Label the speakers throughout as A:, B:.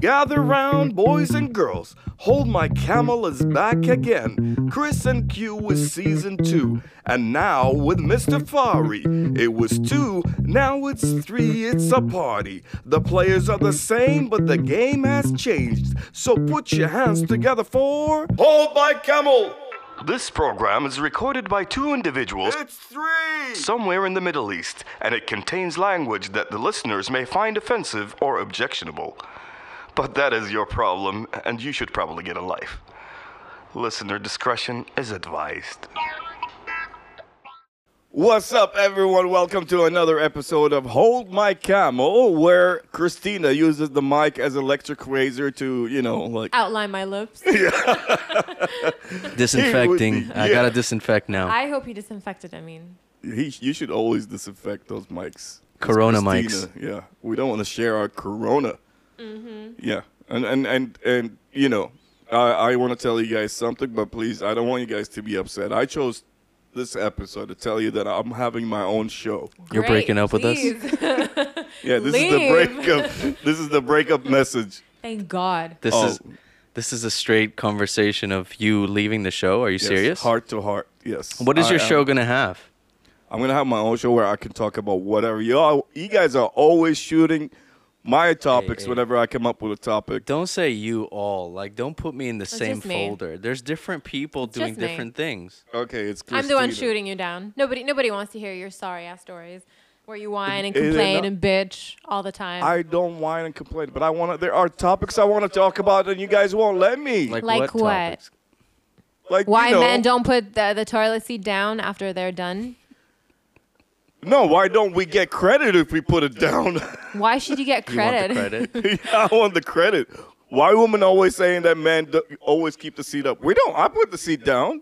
A: Gather round, boys and girls. Hold my camel is back again. Chris and Q was season two, and now with Mr. Fari. It was two, now it's three, it's a party. The players are the same, but the game has changed. So put your hands together for. Hold my camel! This program is recorded by two individuals.
B: It's three!
A: Somewhere in the Middle East, and it contains language that the listeners may find offensive or objectionable. But that is your problem, and you should probably get a life. Listener discretion is advised. What's up, everyone? Welcome to another episode of Hold My Camel, where Christina uses the mic as a electric razor to, you know, like.
C: Outline my lips.
D: Disinfecting.
A: He would-
D: I
A: yeah.
D: gotta disinfect now.
C: I hope he disinfected. I mean,
A: He, you should always disinfect those mics.
D: Corona
A: Christina, Yeah, we don't want to share our corona. Yeah, and and and and you know, I I want to tell you guys something, but please, I don't want you guys to be upset. I chose this episode to tell you that I'm having my own show.
D: You're
C: Great,
D: breaking up with us?
C: please.
A: Yeah, this
C: Leave.
A: is the breakup. this is the breakup message.
C: Thank God.
D: This
A: Oh.
D: is this is a straight conversation of you leaving the show. Are you
A: Yes,
D: serious?
A: Heart to heart. Yes.
D: What is
A: I
D: your
A: am-
D: show gonna have?
A: I'm gonna have my own show where I can talk about whatever y'all. You guys are always shooting my topics
D: hey.
A: whenever I come up with a topic.
D: Don't say you all. Like, don't put me in the same
C: just me.
D: folder. There's different people doing
C: just me.
D: different things.
A: Okay, it's Christina.
C: I'm the one shooting you down. Nobody, nobody wants to hear your sorry ass stories where you whine and
A: Is it
C: complain
A: not-
C: and bitch all the time.
A: I don't whine and complain, but I want to. There are topics I want to talk about, and you guys won't let me. Like,
D: Like,
C: Like
D: what?
C: what?
D: topics?
A: like
C: Why
A: you know,
C: men don't put the, the toilet seat down after they're done?
A: No, why don't we get credit if we put it down?
C: Why should you get
D: You want
C: credit?
D: the credit?
A: Yeah, I want the credit. Why women always saying that men do, always keep the seat up? We don't. I put the seat down.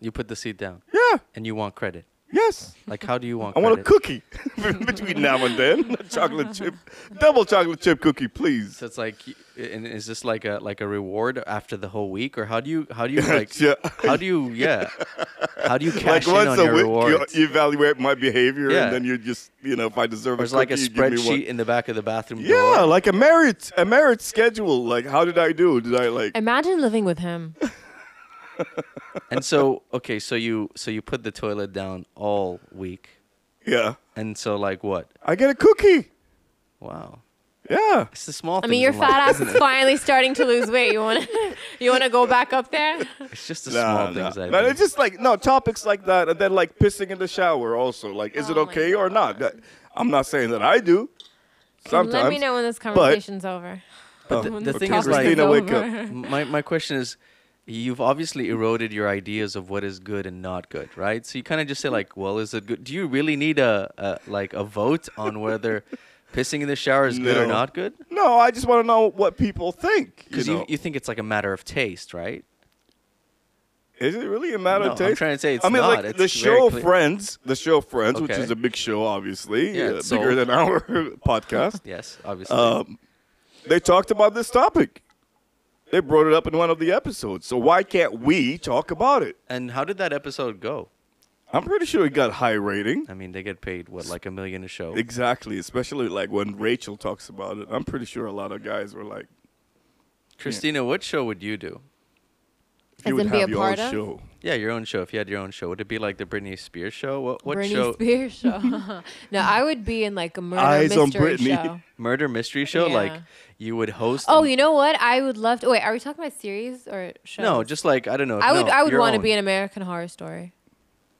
D: you put the seat down,
A: Yeah.
D: and you want credit.
A: Yes.
D: Like, how do you want?
A: I want a
D: credit?
A: cookie between now and then. A chocolate chip, double chocolate chip cookie, please.
D: So it's like, and is this like a like a reward after the whole week, or how do you how do you like
A: Yeah.
D: how do you yeah how do you
A: Like
D: cash in
A: once
D: on
A: a
D: your
A: week, you
D: rewards?
A: you evaluate my behavior,
D: Yeah.
A: and then you just, you know, if I deserve
D: There's
A: a
D: like
A: cookie,
D: a
A: you give me one.
D: spreadsheet in the back of the bathroom
A: Yeah,
D: door.
A: like a merit a merit schedule. Like how did I do? Did I like
C: Imagine living with him.
D: And so okay, so you so you put the toilet down all week.
A: Yeah.
D: And so like what?
A: I get a cookie.
D: Wow.
A: Yeah.
D: It's the small
C: I
D: things
C: mean, your
D: in life,
C: fat ass
D: isn't
C: is
D: it?
C: finally starting to lose weight. You want to, you want to go back up there?
D: It's just the
A: Nah,
D: small
A: nah.
D: things I
A: But
D: think.
A: it's just like no topics like that and then like pissing in the shower also. Like is it
C: Oh my
A: okay or not? That- I'm not saying that I do. Sometimes
C: Let me know when this conversation's over.
D: But the,
C: When
D: the
C: this
D: thing is
C: conversation's
A: Christina,
D: like
A: wake up.
C: over.
D: my my question is you've obviously eroded your ideas of what is good and not good, right? So you kind of just say like, well, is it good? Do you really need a, a like a vote on whether pissing in the shower is good or
A: No.
D: not good?
A: No, I just want to know what people think. You
D: Cuz
A: know,
D: you, you think it's like a matter of taste, right?
A: is it really a matter
D: No,
A: of
D: I'm
A: taste?
D: trying to say it's
A: I mean,
D: not.
A: like
D: It's
A: the
D: very
A: show
D: clear.
A: Friends, the show Friends, which
D: Okay.
A: is a big show, obviously,
D: Yeah,
A: uh,
D: it's
A: bigger
D: sold.
A: than our podcast.
D: Yes, obviously.
A: um, they talked about this topic. They brought it up in one of the episodes. So why can't we talk about it?
D: and how did that episode go?
A: I'm pretty sure it got high rating.
D: I mean, they get paid what, like a million a show?
A: Exactly, especially like when Rachel talks about it. I'm pretty sure a lot of guys were like,
D: Christina, what show would you do?
C: As
A: "You would
C: in be
A: have
C: a
A: your
C: part
A: own
C: of?
A: show."
D: Yeah, your own show. If you had your own show, would it be like the Britney Spears show? What what
C: Britney
D: show?
C: Spears show. no, I would be in like a murder
A: Eyes on
C: mystery
A: Britney.
C: show.
D: Murder mystery show? Like
C: Yeah.
D: you would host?
C: Oh,
D: them-
C: you know what? I would love to. Wait, are we talking about series or shows?
D: no, just like I don't know.
C: I would.
D: no,
C: I would
D: your
C: want to
D: own.
C: be an American Horror Story.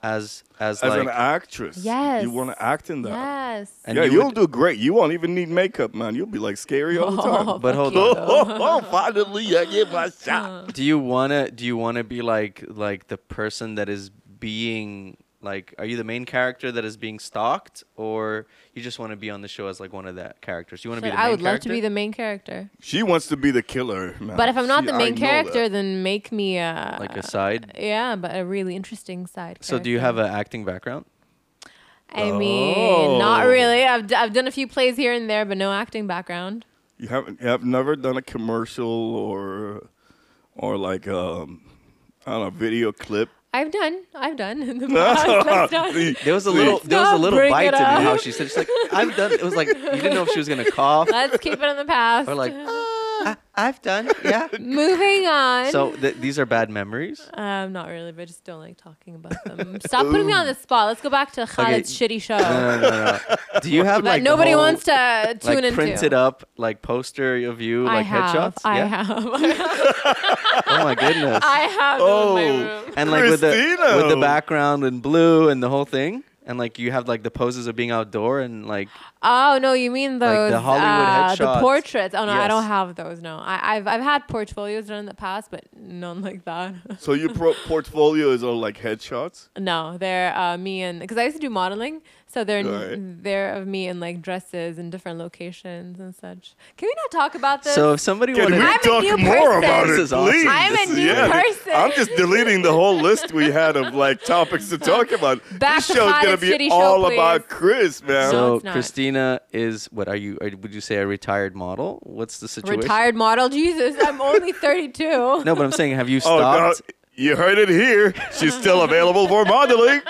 D: as as,
A: As
D: like
A: an actress,
C: Yes.
A: you want to act in that.
C: Yes.
D: and
A: yeah,
D: you
A: you will
D: would-
A: do great. You won't even need makeup, man. You'll be like scary all the time.
C: Oh,
D: But hold
A: Oh,
D: on.
A: oh, oh, finally, I get my shot.
D: Do you wanna do you wanna be like like the person that is being like are you the main character that is being stalked or you just want to be on the show as like one of the characters? You want to be
C: Shit,
D: the main
C: I would love to
D: character? Oh,
C: be the main character.
A: She wants to be the killer. man.
C: But if I'm not
A: She-
C: the
A: I
C: main
A: know that.
C: character, then make me a
D: like a side.
C: yeah, but a really interesting side.
D: So do you have
C: character.
D: an acting background?
C: I mean, not
A: Oh.
C: really. I've d- I've done a few plays here and there, but no acting background.
A: You haven't you have never done a commercial or or like um I don't know, video clip.
C: I've done. I've done in the past. That's
A: See,
C: done.
D: There was a
A: see.
D: little, there was a
C: Stop,
D: little
C: bring
D: bite
C: it
D: to me how
C: up.
D: she said, she's like, I've done. It was like you didn't know if she was gonna cough
C: Let's keep it in the past.
D: or like, "Ah, I've done, yeah.
C: Moving on.
D: So th- these are bad memories.
C: Um, not really, but I just don't like talking about them. Stop putting me on the spot. Let's go back to Khaled's shitty show
D: No, no, no, no. Do you have
C: that
D: Uh, like the
C: nobody
D: whole,
C: wants to tune
D: like
C: into.
D: printed up like poster of you
C: I
D: like
C: have.
D: headshots?
C: I
D: yeah.
C: have.
D: Oh my goodness.
C: I have. Oh. In my
A: Oh.
C: room.
D: and like with the with the
A: Christina.
D: background in blue and the whole thing. And like you have like the poses of being outdoor and like
C: Oh no, you mean
D: the
C: those
D: Hollywood
C: uh, the
D: headshots.
C: portraits? Oh no, I don't
D: Yes.
C: have those. No, I, I've I've had portfolios done in the past, but none like that.
A: So your pro- portfolio is all like headshots.
C: no, they're uh, me and because I used to do modeling, so they're
A: Right.
C: they're of me in like dresses in different locations and such. Can we not talk about this?
D: so if somebody
A: Can
D: wanted
A: we
C: I'm a
A: talk
C: new
A: more
C: person.
A: about
D: This
A: it,
D: is awesome.
A: please?
C: I'm a
A: This is-
C: new person.
A: I'm just deleting the whole list we had of like topics to talk about.
C: Back
A: this
C: to
A: show's gonna
C: Pilot
A: be
C: City Show,
A: all
C: please.
A: about Chris, man.
C: No,
D: So
C: it's not.
D: Christina is what are you? Are, would you say a retired model? What's the situation?
C: Retired model, Jesus! I'm only 32.
D: No, but I'm saying, have you
A: oh no,
D: stopped?
A: you heard it here. She's still available for modeling.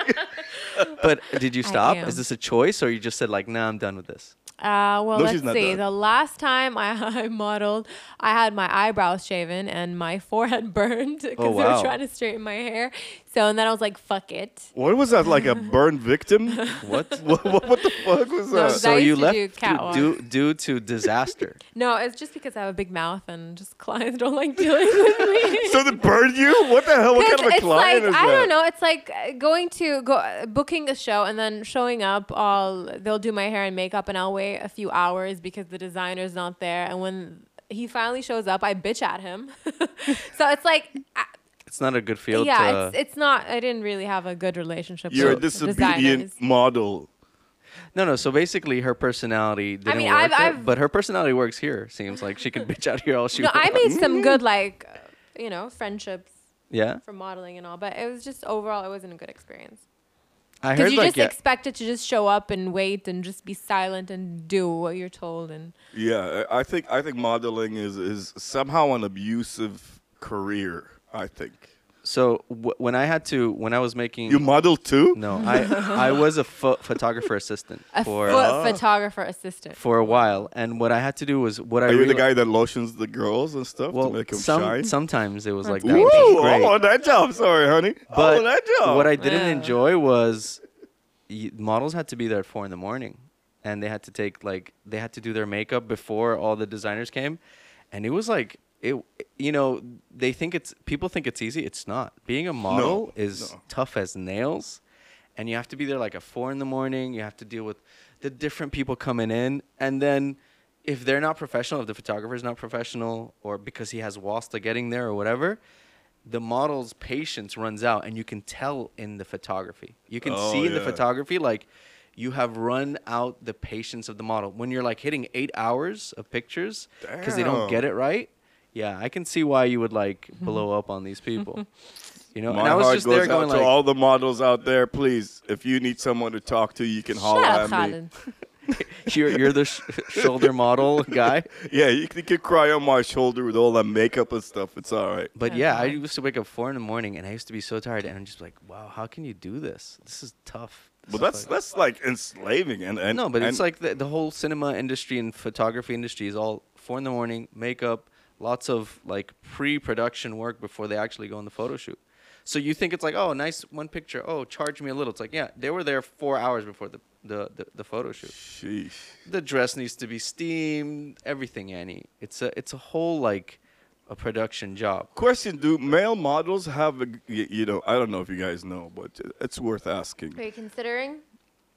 D: But did you
C: I
D: stop?
C: am.
D: Is this a choice, or you just said like, nah, I'm done with this?
C: Uh, well,
A: No, she's
C: let's
A: not
C: see.
A: done.
C: The last time I, I modeled, I had my eyebrows shaven and my forehead burned because they
D: Oh, wow.
C: were trying to straighten my hair. So, and then I was like, fuck it.
A: what was that? Like a burn victim?
D: What?
A: what, what, what the fuck was
C: No,
A: that?
C: that-
D: so
C: I
D: you
C: used to
D: left
C: do
D: through-
C: catwalks.
D: due, due to disaster.
C: No, it's just because I have a big mouth and just clients don't like dealing with me.
A: so they burned you? What the hell? What kind of a
C: it's like
A: client
C: I
A: is that?
C: don't know. It's like uh, going to go uh, booking a show and then showing up. All they'll do my hair and makeup, and I'll wait a few hours because the designer's not there. And when he finally shows up, I bitch at him. so it's like. I-
D: It's not a good field.
C: yeah,
D: to,
C: it's, it's not. I didn't really have a good relationship.
A: uh, You're a
C: with
A: disobedient
C: designers.
A: model.
D: no, no. So basically, her personality didn't
C: mean,
D: work,
C: I've-
D: there,
C: I've-
D: but her personality works here. Seems like she can bitch out here all she
C: No, I
D: wants.
C: made
A: Mm-hmm.
C: some good like, uh, you know, friendships
D: yeah,
C: from modeling and all, but it was just overall it wasn't a good experience.
D: I
C: Because
D: heard
C: you
D: like
C: just
D: yeah,
C: expect it to just show up and wait and just be silent and do what you're told and
A: Yeah, I I think I think modeling is is somehow an abusive career. I think
D: so w- when I had to when I was making
A: you model too.
D: no, I I was a pho- photographer assistant
C: a
D: for
C: foot photographer assistant.
D: for a while, and what I had to do was what I
A: Are you the
D: reali-
A: guy that lotions the girls and stuff to make them
D: some,
A: shine?
D: sometimes it was like
A: Ooh,
D: that. which is
A: I
D: great.
A: want that job. Sorry, honey. I
D: but
A: want Oh, that job.
D: what I didn't
C: Yeah.
D: enjoy was y- models had to be there at four in the morning, and they had to take like they had to do their makeup before all the designers came, and it was like it. You know, they think it's people think it's easy. It's not. Being a model is
A: no.
D: tough as nails, and you have to be there like at four in the morning. You have to deal with the different people coming in, and then. If they're not professional, if the photographer's not professional, or because he has wasta getting there or whatever, the model's patience runs out and you can tell in the photography you can
A: Oh,
D: see in the
A: yeah.
D: photography like you have run out the patience of the model when you're like hitting eight hours of pictures because they don't
A: Damn.
D: get it right yeah i can see why you would like blow up on these people you know and
A: My
D: i was
A: heart
D: just
A: goes
D: there
A: out
D: going
A: to
D: like
A: all the models out there. Please, if you need someone to talk to, you can holler
C: Shut up,
A: at me.
C: Khaled.
D: you're, you're the sh- shoulder model guy
A: Yeah, you, can- you can cry on my shoulder with all that makeup and stuff. It's all right.
D: But
C: Yeah,
D: yeah, I
C: fine.
D: used to wake up four in the morning, and I used to be so tired, and I'm just like, "Wow, how can you do this? This is tough."
A: But
D: Stuff
A: that's
D: like
A: that's like enslaving and, and
D: no, but
A: and
D: it's like the, the whole cinema industry and photography industry is all four in the morning, makeup, lots of like pre-production work before they actually go on the photo shoot. So you think it's like, oh, nice one picture. Oh, charge me a little. It's like, yeah, they were there four hours before the the, the, the photo shoot.
A: sheesh.
D: The dress needs to be steamed, everything, Annie. It's a it's a whole like a production job.
A: Question: Do male models have a y- you know? I don't know if you guys know, but it's worth asking.
C: Are you considering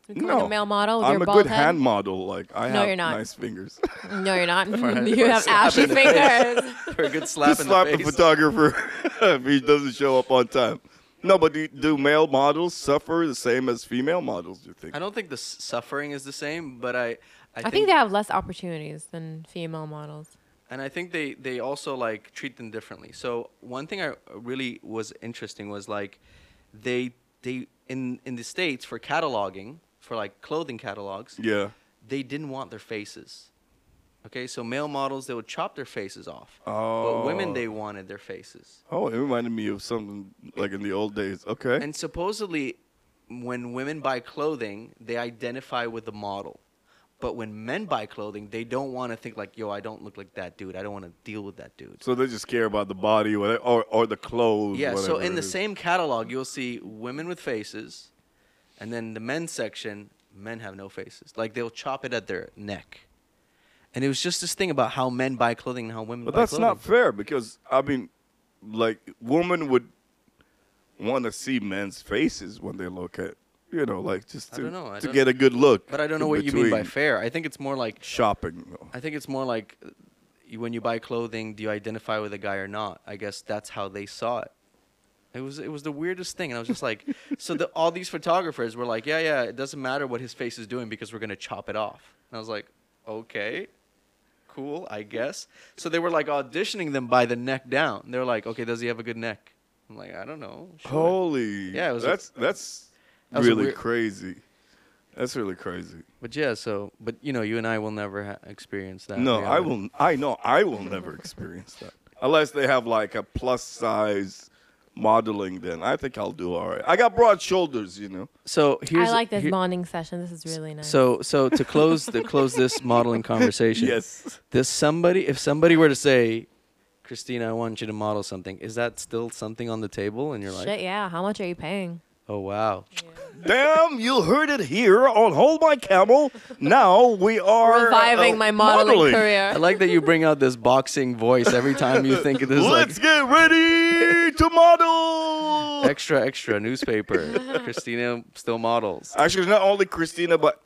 C: becoming
A: No,
C: a male model with
A: I'm
C: your
A: a
C: bald
A: good
C: head?
A: hand model. Like I
C: No,
A: have
C: you're not.
A: nice fingers.
C: No, you're not.
D: Right.
C: you have
D: Slap
C: ashy
D: in the face.
C: fingers.
D: For a good slap
A: Just
D: in
A: slap
D: the
A: a
D: face.
A: photographer if he doesn't show up on time. No, but do, do male models suffer the same as female models? You think?
D: I don't think the s- suffering is the same, but I, I,
C: I think they have less opportunities than female models.
D: and I think they they also like treat them differently. So one thing I uh, really was interesting was like they they in in the states for cataloging for like clothing catalogs
A: Yeah.
D: they didn't want their faces. Okay, so male models they would chop their faces off,
A: Oh.
D: but women they wanted their faces.
A: Oh, it reminded me of something like in the old days. Okay.
D: And supposedly, when women buy clothing, they identify with the model. But when men buy clothing, they don't want to think like, "Yo, I don't look like that dude. I don't want to deal with that dude."
A: so they just care about the body or or, or the clothes.
D: yeah. So
A: whatever
D: in
A: it
D: the
A: is.
D: same catalog, you'll see women with faces, and then the men's section, men have no faces. Like they'll chop it at their neck. And it was just this thing about how men buy clothing and how women.
A: But
D: buy
A: that's
D: clothing.
A: not fair because I mean, like women would want to see men's faces when they look at you know like just
D: I
A: to,
D: don't know, I
A: to
D: don't-
A: get a good look.
D: But I don't know
A: in
D: what you mean by
A: between
D: fair. I think it's more like
A: shopping. though.
D: I think it's more like uh, you- when you buy clothing, do you identify with a guy or not? I guess that's how they saw it. It was it was the weirdest thing, and I was just like, so the, all these photographers were like, yeah, yeah, it doesn't matter what his face is doing because we're gonna chop it off. And I was like, okay, cool, I guess. So they were like auditioning them by the neck down. They were like, okay, does he have a good neck? I'm like, I don't know. sure."
A: Oh. Holy.
D: Yeah, it was a-
A: that's that's
D: That was a
A: really
D: weird-
A: crazy. That's really crazy.
D: But yeah, so but you know, you and I will never ha- experience that.
A: No, I
D: reality.
A: will. I know I will never experience that unless they have like a plus size modeling. Then I think I'll do all right. I got broad shoulders, you know.
D: So here's
C: I like this
D: here-
C: bonding session. This is really nice.
D: So so to close to close this modeling conversation.
A: Yes.
D: Does somebody if somebody were to say, Christina, I want you to model something, is that still something on the table? And you're like,
C: Shit, yeah. How much are you paying?
D: Oh wow.
A: Damn, you heard it here on Hold My Camel. Now we are
C: Reviving
A: uh,
C: my modeling, career.
D: I like that you bring out this boxing voice every time you think this is like
A: Let's get ready to model.
D: extra extra newspaper. Christina still models.
A: Actually, not only Christina, but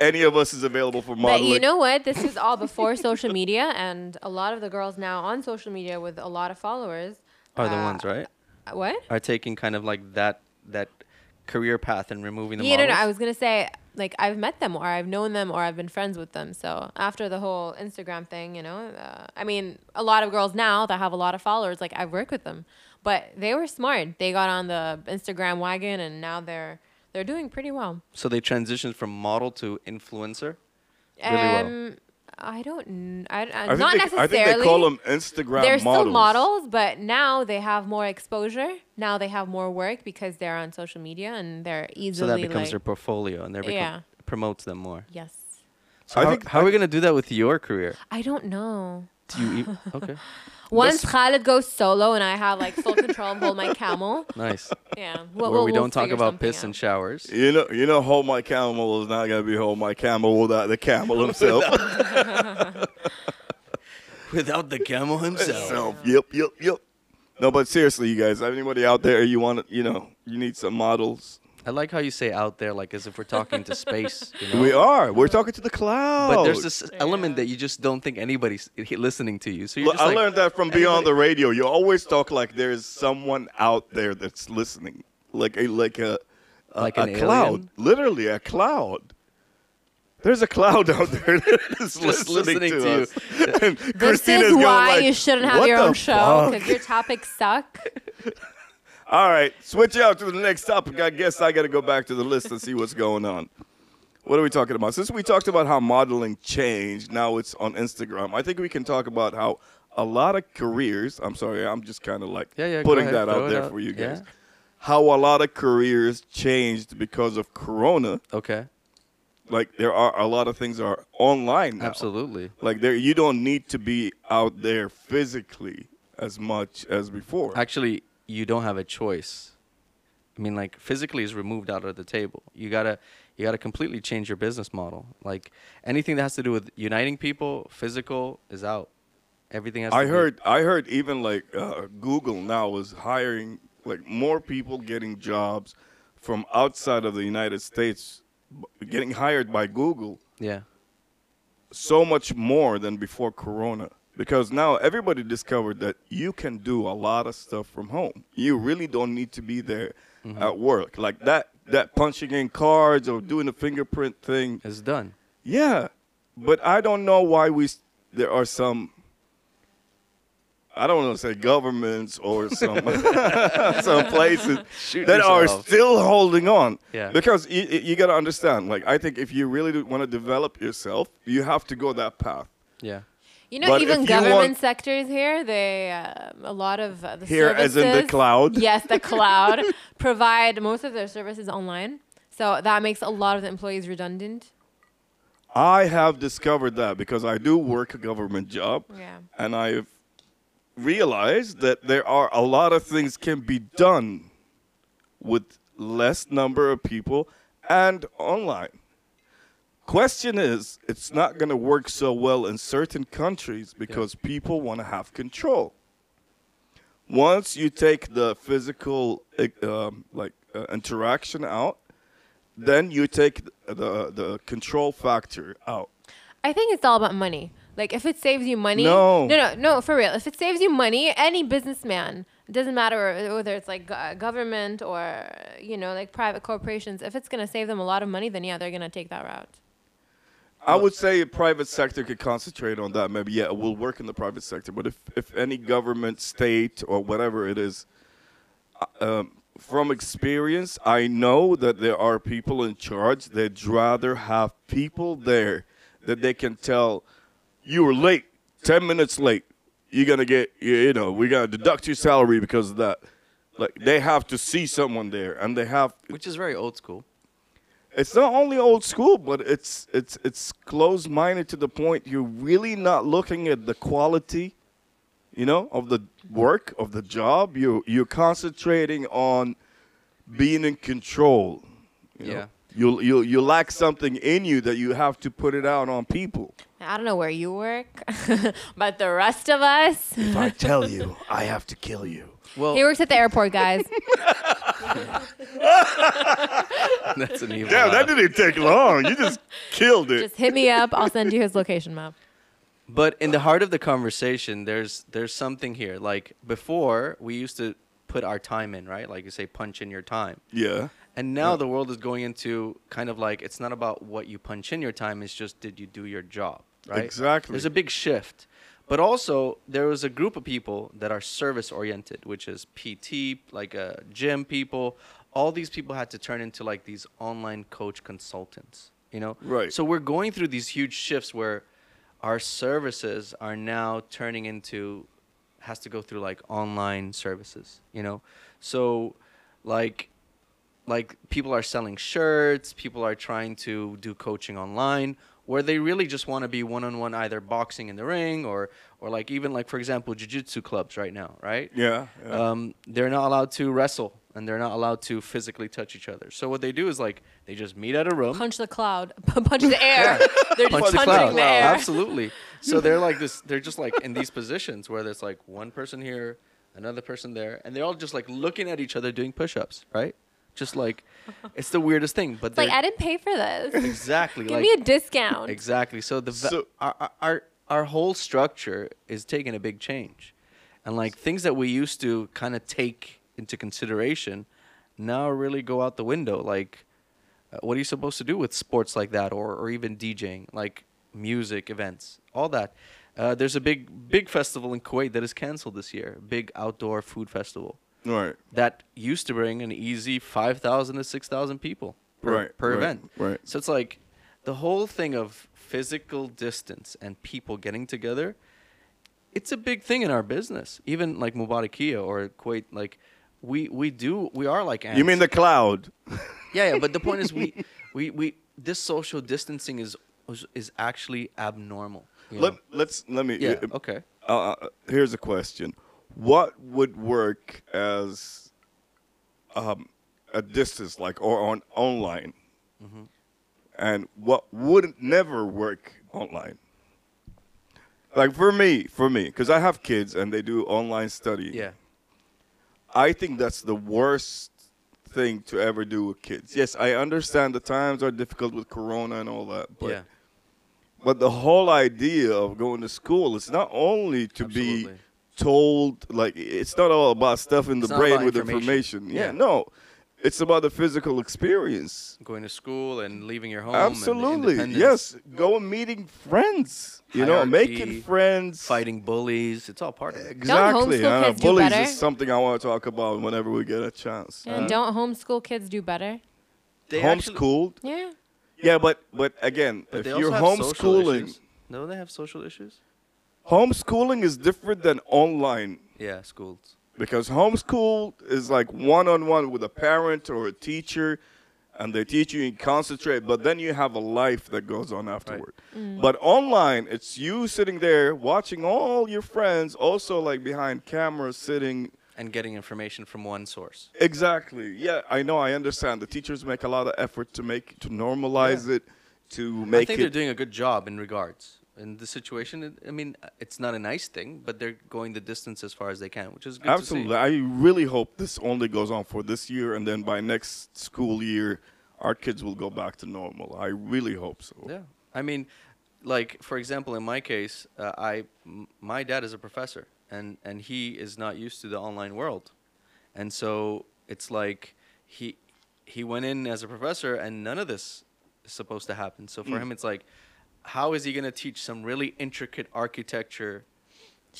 A: any of us is available for
C: But
A: modeling.
C: you know what? This is all before social media, and a lot of the girls now on social media with a lot of followers
D: Are the
C: uh,
D: ones, right?
C: What?
D: Are taking kind of like that that career path and removing the
C: Yeah, no, no.
D: models?
C: I was gonna say like I've met them, or I've known them, or I've been friends with them. So after the whole Instagram thing, you know, uh, I mean, a lot of girls now that have a lot of followers, like I've worked with them, but they were smart. They got on the Instagram wagon, and now they're they're doing pretty well.
D: so they transitioned from model to influencer.
C: um,
D: Really well.
C: I don't. kn- I, I,
A: I think
C: not
A: they,
C: necessarily.
A: I think they call them Instagram
C: they're
A: models.
C: still models, but now they have more exposure. Now they have more work because they're on social media and they're
D: So
C: easily
D: that becomes
C: like,
D: their portfolio and they become,
C: Yeah.
D: promotes them more.
C: yes.
D: So
A: I
D: how,
A: think-
D: how are we gonna do that with your career?
C: I don't know.
D: Do you e- okay?
C: Once
A: This-
C: Khaled goes solo and I have like full control and hold my camel,
D: Nice.
C: yeah. we
D: Where we don't talk about piss and showers.
A: You know, you know, hold my camel is not gonna be hold my camel without the camel himself.
D: Without the camel himself.
A: himself. Yep, yep, yep. No, but seriously, you guys, anybody out there, you want, to, you know, you need some models.
D: I like how you say out there like as if we're talking to space. You know?
A: We Oh. are. We're talking to the cloud.
D: But there's this element
C: Yeah.
D: that you just don't think anybody's i- listening to you. So you're
A: Look,
D: just
A: I
D: like,
A: learned that from beyond the radio. You always talk like there's someone out there that's listening, like a like a a,
D: Like
A: a
D: an
A: cloud,
D: alien?
A: literally a cloud. There's a cloud out there that's
D: Just
A: listening,
D: listening
A: to,
D: to you.
A: us. And
C: This
A: Christina's
C: is
A: going
C: why
A: like,
C: you shouldn't have
A: "What
C: your
A: the
C: own show
A: fuck?"
C: because your topics suck.
A: All right, switch out to the next topic. I guess I got to go back to the list and see what's going on. What are we talking about? Since we talked about how modeling changed, now it's on Instagram. I think we can talk about how a lot of careers, I'm sorry, I'm just kind of like
D: Yeah, yeah, go
A: putting
D: ahead,
A: that
D: throw
A: out
D: it
A: there
D: out,
A: for you guys.
D: yeah.
A: How a lot of careers changed because of corona.
D: okay,
A: Like there are a lot of things are online now.
D: absolutely.
A: Like there you don't need to be out there physically as much as before.
D: Actually, you don't have a choice. I mean, like physically is removed out of the table. You gotta, you gotta completely change your business model. Like anything that has to do with uniting people, physical is out. Everything has.
A: I
D: to be-
A: heard. I heard. Even like uh, Google now is hiring like more people getting jobs from outside of the United States, b- getting hired by Google
D: Yeah.
A: so much more than before Corona. Because now everybody discovered that you can do a lot of stuff from home. You really don't need to be there
D: Mm-hmm.
A: at work. Like that. That punching in cards or doing the fingerprint thing.
D: It's done.
A: Yeah, but I don't know why we s- there are some. I don't want to say governments or some some places
D: Shoot
A: that are
D: yourself.
A: still holding on.
D: Yeah.
A: Because you, you got to understand, like I think if you really want to develop yourself, you have to go that path.
D: Yeah.
C: You know,
A: But if
C: even
A: you
C: government
A: want-
C: sectors here, they um, a lot of uh, the
A: Here, as
C: services,
A: in the cloud?
C: Yes, the cloud provide most of their services online, so that makes a lot of the employees redundant.
A: I have discovered that because I do work a government job,
C: Yeah.
A: and I've realized that there are a lot of things can be done with less number of people and online. Question is, it's not going to work so well in certain countries because people want to have control. Once you take the physical uh, um, like uh, interaction out, then you take the the control factor out.
C: I think it's all about money. Like if it saves you money,
A: No.
C: no, no, no, for real. If it saves you money, any businessman, it doesn't matter whether it's like go- government or you know like private corporations. If it's gonna save them a lot of money, then yeah, they're gonna take that route.
A: I would say the private sector could concentrate on that. Maybe yeah, it will work in the private sector. But if if any government, state, or whatever it is, uh, um, from experience, I know that there are people in charge that'd rather have people there that they can tell you were late, ten minutes late. You're gonna get you you know we gotta deduct your salary because of that. Like they have to see someone there, and they have
D: Which is very old school.
A: it's not only old school, but it's it's it's closed minded to the point you're really not looking at the quality, you know, of the work of the job. You you're concentrating on being in control. You know?
D: Yeah.
A: You you you lack something in you that you have to put it out on people.
C: I don't know where you work, but the rest of us.
A: If I tell you, I have to kill you.
D: Well,
C: He works at the airport, guys.
D: that's an evil.
A: Damn,
D: laugh.
A: that didn't take long. You just killed it.
C: Just hit me up. I'll send you his location map.
D: but in the heart of the conversation there's there's something here like before we used to put our time in right like you say punch in your time
A: yeah.
D: and now the world is going into kind of like it's not about what you punch in your time it's just did you do your job right
A: Exactly.
D: there's a big shift but also there was a group of people that are service oriented which is pt like uh, gym people all these people had to turn into like these online coach consultants you know
A: Right.
D: so we're going through these huge shifts where our services are now turning into has to go through like online services, you know? So like like people are selling shirts, people are trying to do coaching online where they really just want to be one-on-one either boxing in the ring or or like even like for example jiu-jitsu clubs right now, right?
A: Yeah. yeah.
D: um, they're not allowed to wrestle and they're not allowed to physically touch each other. So what they do is like they just meet at a room.
C: Punch the cloud. Punch the air. They're just
D: Punch the
C: punching
D: cloud.
C: the air.
D: Absolutely. So they're like this. They're just like in these positions where there's like one person here, another person there, and they're all just like looking at each other doing push-ups, right? Just like it's the weirdest thing. But
C: It's like
D: they're-
C: I didn't pay for this.
D: exactly
C: Give
D: like
C: me a discount.
D: exactly. So the va-
A: So-
D: our, our- our our whole structure is taking a big change, and like things that we used to kind of take into consideration now really go out the window. Like, uh, what are you supposed to do with sports like that, or or even DJing, like music events, all that? Uh, there's a big big festival in Kuwait that is canceled this year. Big outdoor food festival
A: right.
D: that used to bring an easy 5,000 to 6,000 people per,
A: Right,
D: per
A: right,
D: event.
A: right.
D: So it's like the whole thing of physical distance and people getting together, it's a big thing in our business. Even like Mubarakia or Kuwait, like we, we do, we are like ants.
A: You mean the cloud?
D: Yeah, yeah, but the point is we, we, we, this social distancing is, is- is actually abnormal. you
A: Let,
D: know?
A: let's let me.
D: yeah, okay.
A: uh, here's a question: What would work as um, a distance, like or on online,
D: Mm-hmm.
A: and what would never work online? Like for me, for me, because I have kids and they do online study.
D: Yeah.
A: I think that's the worst thing to ever do with kids. Yes, I understand the times are difficult with Corona and all that, but.
D: yeah.
A: But the whole idea of going to school is not only to
D: Absolutely.
A: be told, like, it's not all about stuff in the
D: It's not
A: brain
D: about
A: with
D: information.
A: information. Yeah.
D: Yeah.
A: no. It's about the physical experience.
D: Going to school and leaving your home. and the
A: Absolutely.
D: independence,
A: Yes. Go and meeting friends. You know,
D: Hierarchy,
A: making friends.
D: Fighting bullies. It's all part of it.
A: Exactly.
C: homeschool
A: Uh,
C: kids do
A: bullies
C: better?
A: is something I want to talk about whenever we get a chance.
D: uh-huh.
C: And don't homeschool kids do better?
D: They actually-
A: Homeschooled.
C: Yeah.
A: Yeah, but but again,
D: But
A: if
D: they
A: you're
D: also have social
A: homeschooling,
D: issues. No, they have social issues.
A: Homeschooling is different than online
D: Yeah, schools.
A: because homeschool is like one on one with a parent or a teacher, and they teach you and concentrate. But then you have a life that goes on afterward. But online, it's you sitting there watching all your friends, also like behind cameras, sitting
D: And getting information from one source.
A: Exactly. Yeah, I know. I understand. The teachers make a lot of effort to make to normalize it, to
D: I
A: make
D: think
A: it.
D: they're doing a good job in regards. In the situation, it- I mean, uh, it's not a nice thing, but they're going the distance as far as they can, which is good
A: absolutely.
D: to
A: I really hope this only goes on for this year, and then by next school year, our kids will go back to normal. I really hope so.
D: see. Yeah. I mean, like for example, in my case, uh, I m- my dad is a professor, and and he is not used to the online world, and so it's like he he went in as a professor, and none of this is supposed to happen. So
A: Mm.
D: for him, it's like, how is he going to teach some really intricate architecture?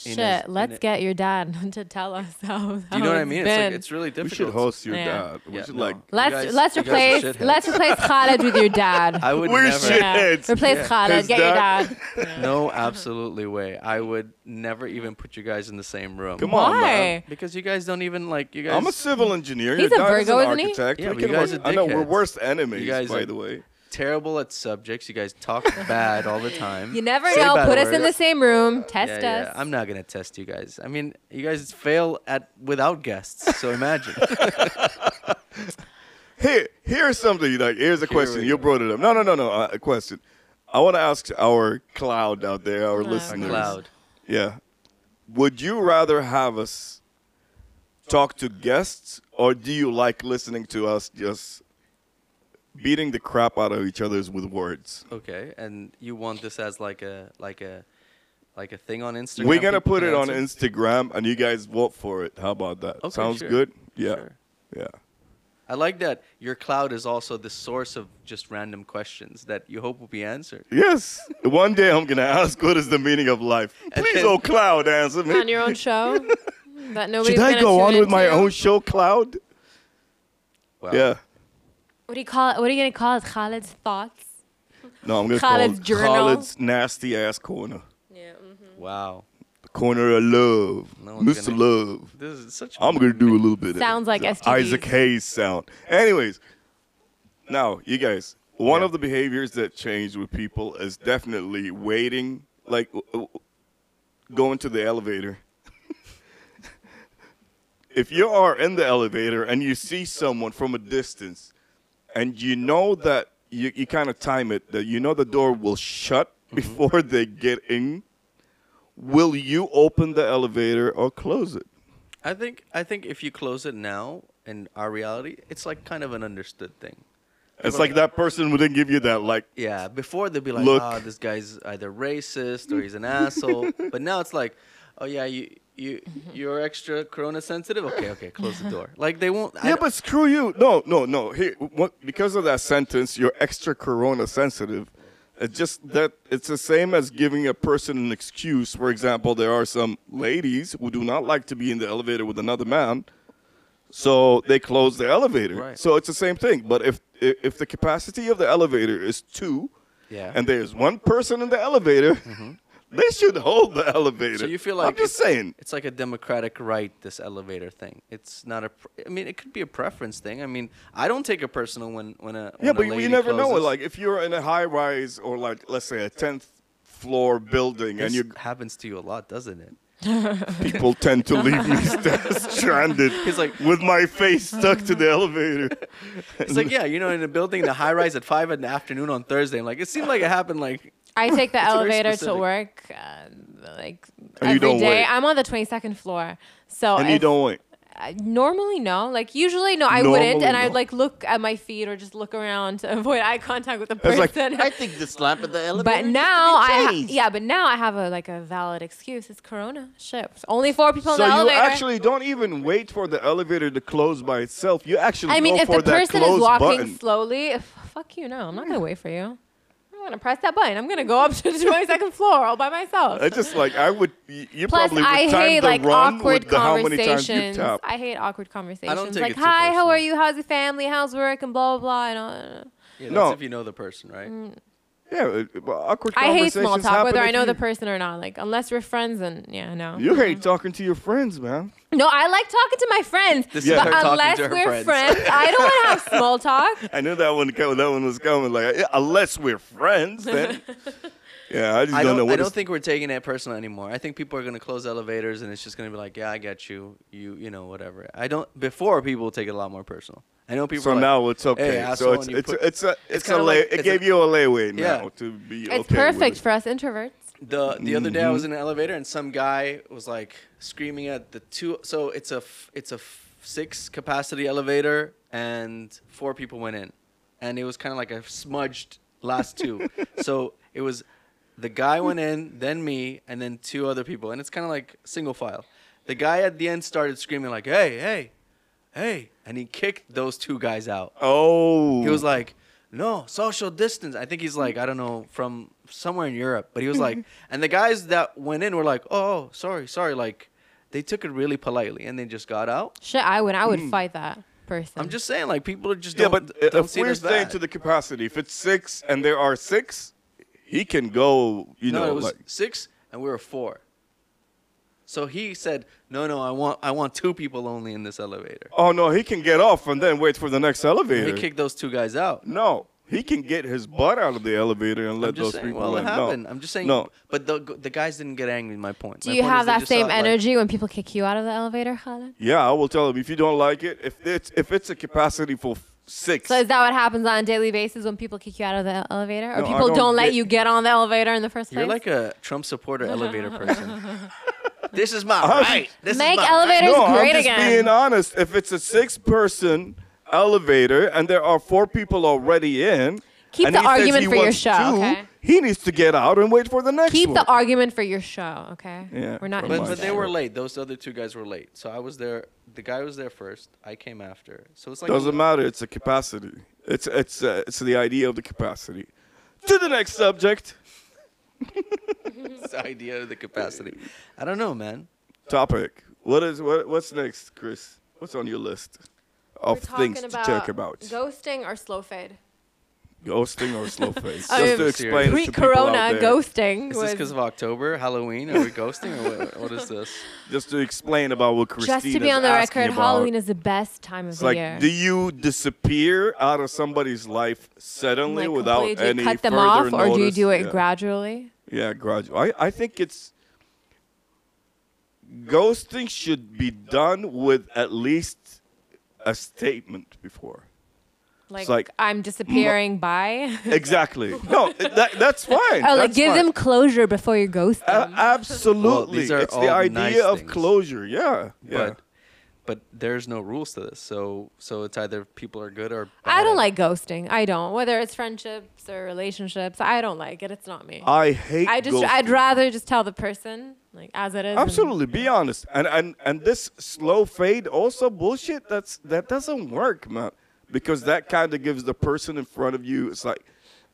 D: in
C: Shit,
D: his- in
C: let's
D: it-
C: get your dad to tell us how.
D: Do you know what I mean? It's like it's really
A: We
D: difficult.
A: should host your
C: Yeah.
A: dad. We
D: Yeah,
A: should
D: no.
A: like.
D: You
C: let's
D: guys-
C: let's
D: you guys are
C: replace
D: shitheads.
C: let's replace Khaled with your dad.
D: I would
A: We're
D: never.
A: shitheads.
C: replace
D: Yeah.
C: Khaled.
A: His
C: Get
A: dad-
C: your dad.
D: No, absolutely way. I would never even put you guys in the same room.
A: Come on, man.
C: Why?
D: Because you guys don't even like you guys.
A: I'm a civil engineer.
C: He's
A: Your
C: a
A: dad is an
C: Virgo, isn't he?
A: architect.
D: Yeah,
A: we
D: but
A: can
D: you guys
A: work-
D: are
A: I know we're
D: dickheads.
A: worst enemies,
D: You guys
A: by
D: are-
A: the way.
D: terrible at subjects. You guys talk bad all the time.
C: You never
D: Say
C: know.
D: bad
C: Put us in the
D: words.
C: same room.
D: Yeah,
C: Test
D: yeah.
C: us.
D: I'm not gonna test you guys. I mean, you guys fail at without guests. So imagine.
A: Here, here's something. Like, here's a question.
D: we
A: You brought it up. No, no, no, no. Uh, a question. I want to ask our cloud out there, our
C: Our
D: Our
A: listeners.
D: cloud.
A: Yeah. Would you rather have us talk to guests, or do you like listening to us just beating the crap out of each other's with words?
D: Okay, and you want this as like a like a like a thing on Instagram?
A: We're gonna
D: people
A: put
D: can
A: it on
D: answer?
A: Instagram, and you guys vote for it. How about that?
D: Okay,
A: Sounds
D: sure.
A: good. Yeah.
D: Sure.
A: Yeah.
D: I like that your cloud is also the source of just random questions that you hope will be answered.
A: Yes. One day I'm gonna ask, what is the meaning of life?
D: And
A: Please,
D: then-
A: oh cloud, answer
C: on
A: me.
C: your own show that nobody's
A: Should I
C: gonna
A: go
C: tune
A: on with my
C: into?
A: own show, Cloud?
D: Wow.
A: Yeah.
C: What do you call it? What are you gonna call it? Khaled's thoughts.
A: No, I'm gonna
C: Khaled's
A: call it
C: journal?
A: Khaled's nasty ass corner.
C: Yeah. Mm-hmm.
D: Wow.
A: The corner of love,
D: No one's
A: Mr.
D: gonna-
A: Love.
D: This is such.
A: I'm gonna do a little bit.
C: Sounds
A: of
C: like
A: the
C: STDs.
A: Isaac Hayes sound. Anyways, now you guys, one
D: Yeah.
A: of the behaviors that changed with people is definitely waiting, like w- w- going to the elevator. if you are in the elevator and you see someone from a distance, and you know that you, you kind of time it that you know the door will shut before they get in. Will you open the elevator or close it?
D: I think I think if you close it now in our reality, it's like kind of an understood thing.
A: It's like that person wouldn't give you that like
D: Yeah, before they'd be like,
A: Look. Mm.
D: "Ah, this guy's either racist or he's an asshole," but now it's like, "Oh yeah, you you you're extra corona sensitive." Okay, okay, close the door. Like they won't. I
A: Yeah,
D: don't-
A: but screw you. No, no, no. Here, what, because of that sentence, you're extra corona sensitive. It's just that it's the same as giving a person an excuse. For example, there are some ladies who do not like to be in the elevator with another man, so they close the elevator.
D: Right.
A: So it's the same thing. But if i- if the capacity of the elevator is two,
D: yeah. Mm-hmm.
A: and there's one person in the elevator, they should hold the elevator.
D: so you feel like
A: I'm just
D: it's-
A: saying.
D: it's like a democratic right this elevator thing. It's not a. Pr- I mean, it could be a preference thing. I mean, I don't take it personal when when a
A: Yeah,
D: when
A: but
D: a
A: you-
D: lady
A: you never know.
D: closes.
A: Like if you're in a high rise or like let's say a tenth floor building, and
D: This
A: you
D: happens to you a lot, doesn't it?
A: people tend to leave me st- stranded.
D: He's like-
A: with my face stuck to the elevator.
D: It's like yeah, you know, in a building, the high rise at five in the afternoon on Thursday. I'm like, it seemed like it happened like
C: I take the
D: very
C: elevator to
D: specific.
C: work, uh, like
A: And you
C: every
A: don't
C: day.
A: wait.
C: I'm on the 22nd floor, so
A: and you
C: if-
A: don't wait.
C: I- normally no. Like usually no, I wouldn't,
A: Normally,
C: and
A: no.
C: I'd like look at my feet or just look around to avoid eye contact with the
A: It's
C: person.
A: like-
B: I think the slap at the elevator.
C: but now I ha-
B: changed.
C: yeah, but now I have a like a valid excuse. It's Corona. Shit, only four people
A: So
C: in
A: you
C: the elevator.
A: actually don't even wait for the elevator to close by itself. You actually
C: I mean,
A: go
C: if
A: for
C: the
A: that
C: person
A: close
C: is walking
A: button.
C: slowly, if, fuck you, no, I'm not gonna wait for you. I'm gonna press that button. I'm gonna go up to the 22nd floor all by myself.
A: I just like I would. y- You
C: Plus,
A: probably would
C: I
A: time
C: hate
A: the
C: like
A: run
C: awkward
A: with the how many times you
C: conversations.
A: tap.
C: I hate awkward conversations.
D: take
C: like,
D: it too
C: hi, how are
D: personal.
C: you? How's your family? How's work? And blah blah blah. And all.
D: Yeah,
A: No.
D: that's if you know the person, right?
A: Yeah, uh, well, awkward
C: I hate
A: conversations
C: small talk,
A: happen
C: whether I
A: if
C: know the
A: you-
C: person or not. Like, unless we're friends, and yeah, no.
A: You hate talking to your friends, man.
C: No, I like talking to my friends,
D: This is
C: but
D: her talking to
C: unless
D: her
C: we're
D: friends.
C: I don't want to have small talk.
A: I knew that one. co- That one was coming. Like, yeah, unless we're friends, then. yeah, I just
D: I
A: don't,
D: don't,
A: know what.
D: I don't
A: it's-
D: think we're taking it personal anymore. I think people are gonna close elevators and it's just gonna be like, yeah, I get you, you, you know, whatever. I don't. Before people would take it a lot more personal. I know people.
A: so
D: are like,
A: now it's okay.
D: Hey,
A: so
D: asshole,
A: it's
D: and you
A: it's,
D: put-
A: it's a it's, a
D: kinda
A: lay,
D: like-
A: it
D: it's
A: gave
D: a-
A: you a layway
D: Yeah.
A: now to be
C: It's
A: okay with
C: perfect
A: it.
C: for us introverts.
D: The the other day I was in an elevator and some guy was like screaming at the two. So it's a f- it's a f- six capacity elevator and four people went in, and it was kind of like a smudged last two. so it was the guy went in, then me, and then two other people, and it's kind of like single file. The guy at the end started screaming like, "Hey, hey, hey!" and he kicked those two guys out.
A: Oh,
D: He was like, no, social distance. I think he's like, I don't know, from somewhere in Europe. But he was like, and the guys that went in were like, oh, sorry, sorry. Like, they took it really politely and they just got out.
C: Shit, I would. I would fight that person.
D: Hmm. I'm just saying, like, people are just
A: yeah,
D: don't,
A: but uh,
D: don't
A: if
D: see it
A: we're
D: as
A: staying
D: bad.
A: to the capacity, if it's six and there are six, he can go. You
D: no,
A: know,
D: it was
A: like
D: six and we were four. So he said, no, no, I want, I want two people only in this elevator.
A: oh no, he can get off and then wait for the next
D: He
A: elevator.
D: kicked those two guys out.
A: no, he can get his butt out of the elevator and let
D: I'm just
A: those
D: saying,
A: people
D: well, it
A: in.
D: happened.
A: No.
D: I'm just saying,
A: No.
D: but the, the guys didn't get angry. My point.
C: Do
D: My
C: you
D: point is
C: have
D: they
C: that
D: just saw
C: same
D: it like-
C: energy when people kick you out of the elevator, Khaled?
A: Yeah, I will tell him if you don't like it. If it's if it's a capacity for f- six,
C: So is that what happens on a daily basis when people kick you out of the elevator, or
A: No, I
C: people
A: don't
C: don't, let
A: get-
C: you get on the elevator in the first place?
D: You're like a Trump supporter elevator person. this is my
A: was-
D: right. This
C: Make
D: is my
C: elevator-
D: Right.
A: no,
C: great
A: I'm just
C: again.
A: being honest. If it's a six-person elevator and there are four people already in,
C: Keep
A: and
C: the
A: he says
C: argument
A: he
C: for your
A: wants
C: show,
A: two,
C: okay?
A: He needs to get out and wait for the next
C: keep
A: one.
C: the argument for your show, okay?
A: Yeah,
C: we're not.
A: pretty much.
D: But,
C: interested.
D: but they were late. Those other two guys were late. So I was there. The guy was there first. I came after. So it's like
A: Doesn't matter. It's a capacity. It's it's uh, it's the idea of the capacity. To the next subject.
D: this idea of the capacity. I don't know, man.
A: Topic. What is what? What's next, Chris? What's on your list
C: We're
A: of
C: talking
A: things to talk about?
C: ghosting or slow fade.
A: Ghosting or slow face? Just
C: I
A: to
C: mean,
A: explain it to people out
C: Pre-corona
A: there.
C: ghosting
D: Is this because
C: was
D: of October, Halloween? Are we ghosting or what, what is this?
A: Just to explain about what Christine
C: just to be
A: is
C: on the
A: asking
C: record.
A: about.
C: Halloween is the best time of
A: It's
C: the
A: like,
C: year.
A: do you disappear out of somebody's life suddenly
C: Like,
A: without
C: completely
A: any
C: cut them
A: further
C: off, or do you
A: notice?
C: do it
A: yeah.
C: gradually?
A: Yeah, gradual. I, I think it's ghosting should be done with at least a statement before.
C: Like,
A: like,
C: I'm disappearing by.
A: Exactly. No, that, that's fine.
C: oh, like
A: That's
C: give
A: fine. Uh,
C: them closure before you ghost
A: A-
C: them.
A: absolutely.
D: these are
A: it's
D: all
A: the idea
D: nice
A: of
D: things.
A: closure. Yeah. Yeah.
D: But but there's no rules to this. So so it's either people are good or
C: I
D: bad
C: don't
D: at-
C: like ghosting. I don't. Whether it's friendships or relationships, I don't like it. It's not me.
A: I hate
C: I just,
A: ghosting.
C: I'd rather just tell the person like as it is. and-
A: Absolutely, be honest. And and and this slow fade also bullshit. That's that doesn't work, man. Because that kind of gives the person in front of you. It's like,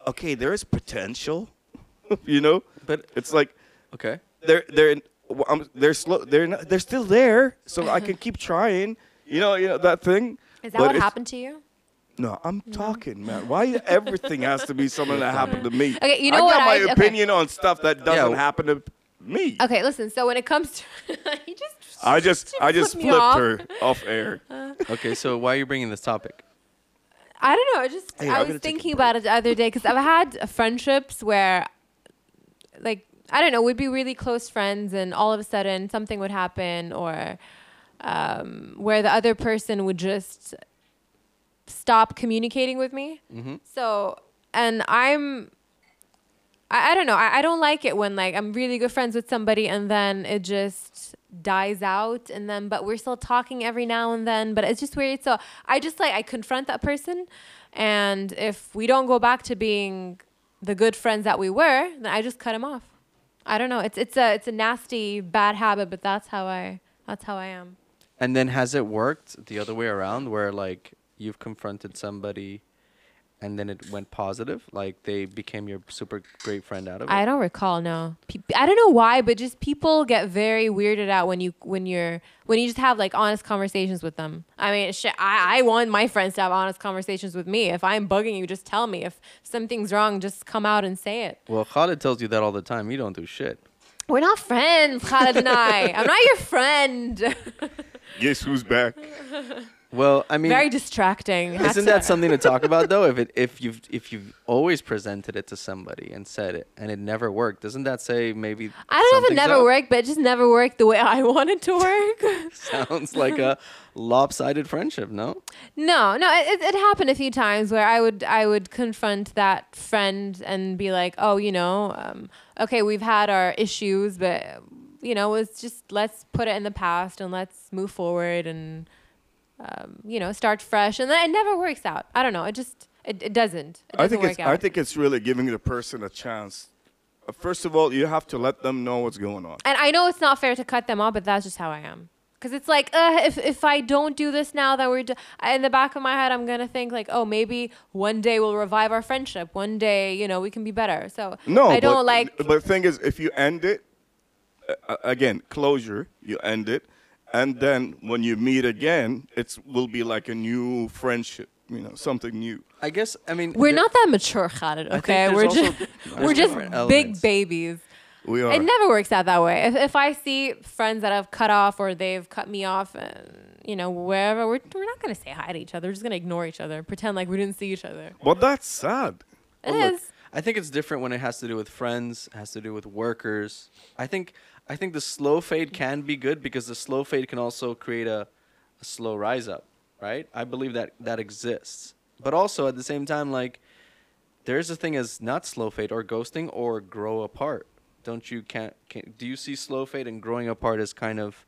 A: okay, there is potential, you know.
D: But-
A: it's like
D: Okay.
A: they're they're well, I'm, they're slow. They're not, they're still there, so I can keep trying. You know, you know that thing.
C: Is that
A: But
C: what
A: it's-
C: happened to you?
A: No, I'm talking, man. Why everything has to be something that happened to me?
C: Okay, you know
A: I
C: what
A: got my
C: I- okay.
A: opinion on stuff that doesn't
D: w-
A: happen to me.
C: Okay, listen. So when it comes to, he just
A: I just I just
C: me
A: flipped
C: off.
A: her off air.
D: Okay. So why are you bringing this topic?
C: I don't know. I just
A: Hey,
C: I
A: I'm
C: was
A: gonna take a
C: thinking about it the other day because I've had friendships where, like, I don't know, we'd be really close friends, and all of a sudden something would happen, or um, where the other person would just stop communicating with me.
A: Mm-hmm.
C: So, and I'm. I, I don't know. I, I don't like it when like I'm really good friends with somebody and then it just dies out and then but we're still talking every now and then but it's just weird so i just like i confront that person and if we don't go back to being the good friends that we were then i just cut him off i don't know it's it's a it's a nasty bad habit but that's how i that's how i am
D: And then has it worked the other way around where like you've confronted somebody and then it went positive? Like they became your super great friend out of it?
C: I don't recall. No, Pe- I don't know why, but just people get very weirded out when you when you're when you just have like honest conversations with them. I mean, shit, I I want my friends to have honest conversations with me. If I'm bugging you, just tell me. If something's wrong, just come out and say it.
D: well, Khalid tells you that all the time. You don't do shit.
C: We're not friends, Khaled and I. I'm not your friend.
A: Guess who's back?
D: Well, I mean,
C: very distracting. Had
D: isn't
C: to-
D: that something to talk about though? If it if you've if you've always presented it to somebody and said it and it never worked, doesn't that say maybe?
C: I don't know if it
D: something's
C: never
D: up?
C: worked, but it just never worked the way I wanted to work.
D: Sounds like a lopsided friendship, no?
C: No, no, it, it- it happened a few times where I would I would confront that friend and be like, oh, you know, um, okay, we've had our issues, but you know, it's just let's put it in the past and let's move forward and um, you know start fresh. And then it never works out. I don't know. It just it, it doesn't. It doesn't
A: I think
C: work
A: it's,
C: out.
A: I think it's really giving the person a chance. Uh, First of all, you have to let them know what's going on.
C: and I know it's not fair to cut them off, but that's just how I am. Cause it's like, uh, if if I don't do this now, that we're d- in the back of my head, I'm gonna think like, oh, maybe one day we'll revive our friendship. One day, you know, we can be better. So
A: No,
C: I don't
A: but,
C: like.
A: But the thing is, if you end it, uh, uh, again, closure. You end it, and then when you meet again, it will be like a new friendship. You know, something new.
D: I guess I mean
C: We're
D: there-
C: not that mature, Khaled.
D: think
C: Okay,
D: there's
C: we're
D: also-
C: just
D: there's
C: we're just
D: different
C: big
D: elements.
C: babies.
A: We are.
C: It never works out that way. If, if I see friends that I've cut off or they've cut me off, uh, you know, wherever, we're, we're not going to say hi to each other. We're just going to ignore each other, pretend like we didn't see each other.
A: but that's sad.
C: It is.
D: Well, Oh, look, I think it's different when it has to do with friends, has to do with workers. I think I think the slow fade can be good because the slow fade can also create a, a slow rise up, right? I believe that that exists. But also at the same time, like there's a thing as not slow fade or ghosting or grow apart. Don't you can't, can do you see slow fade and growing apart as kind of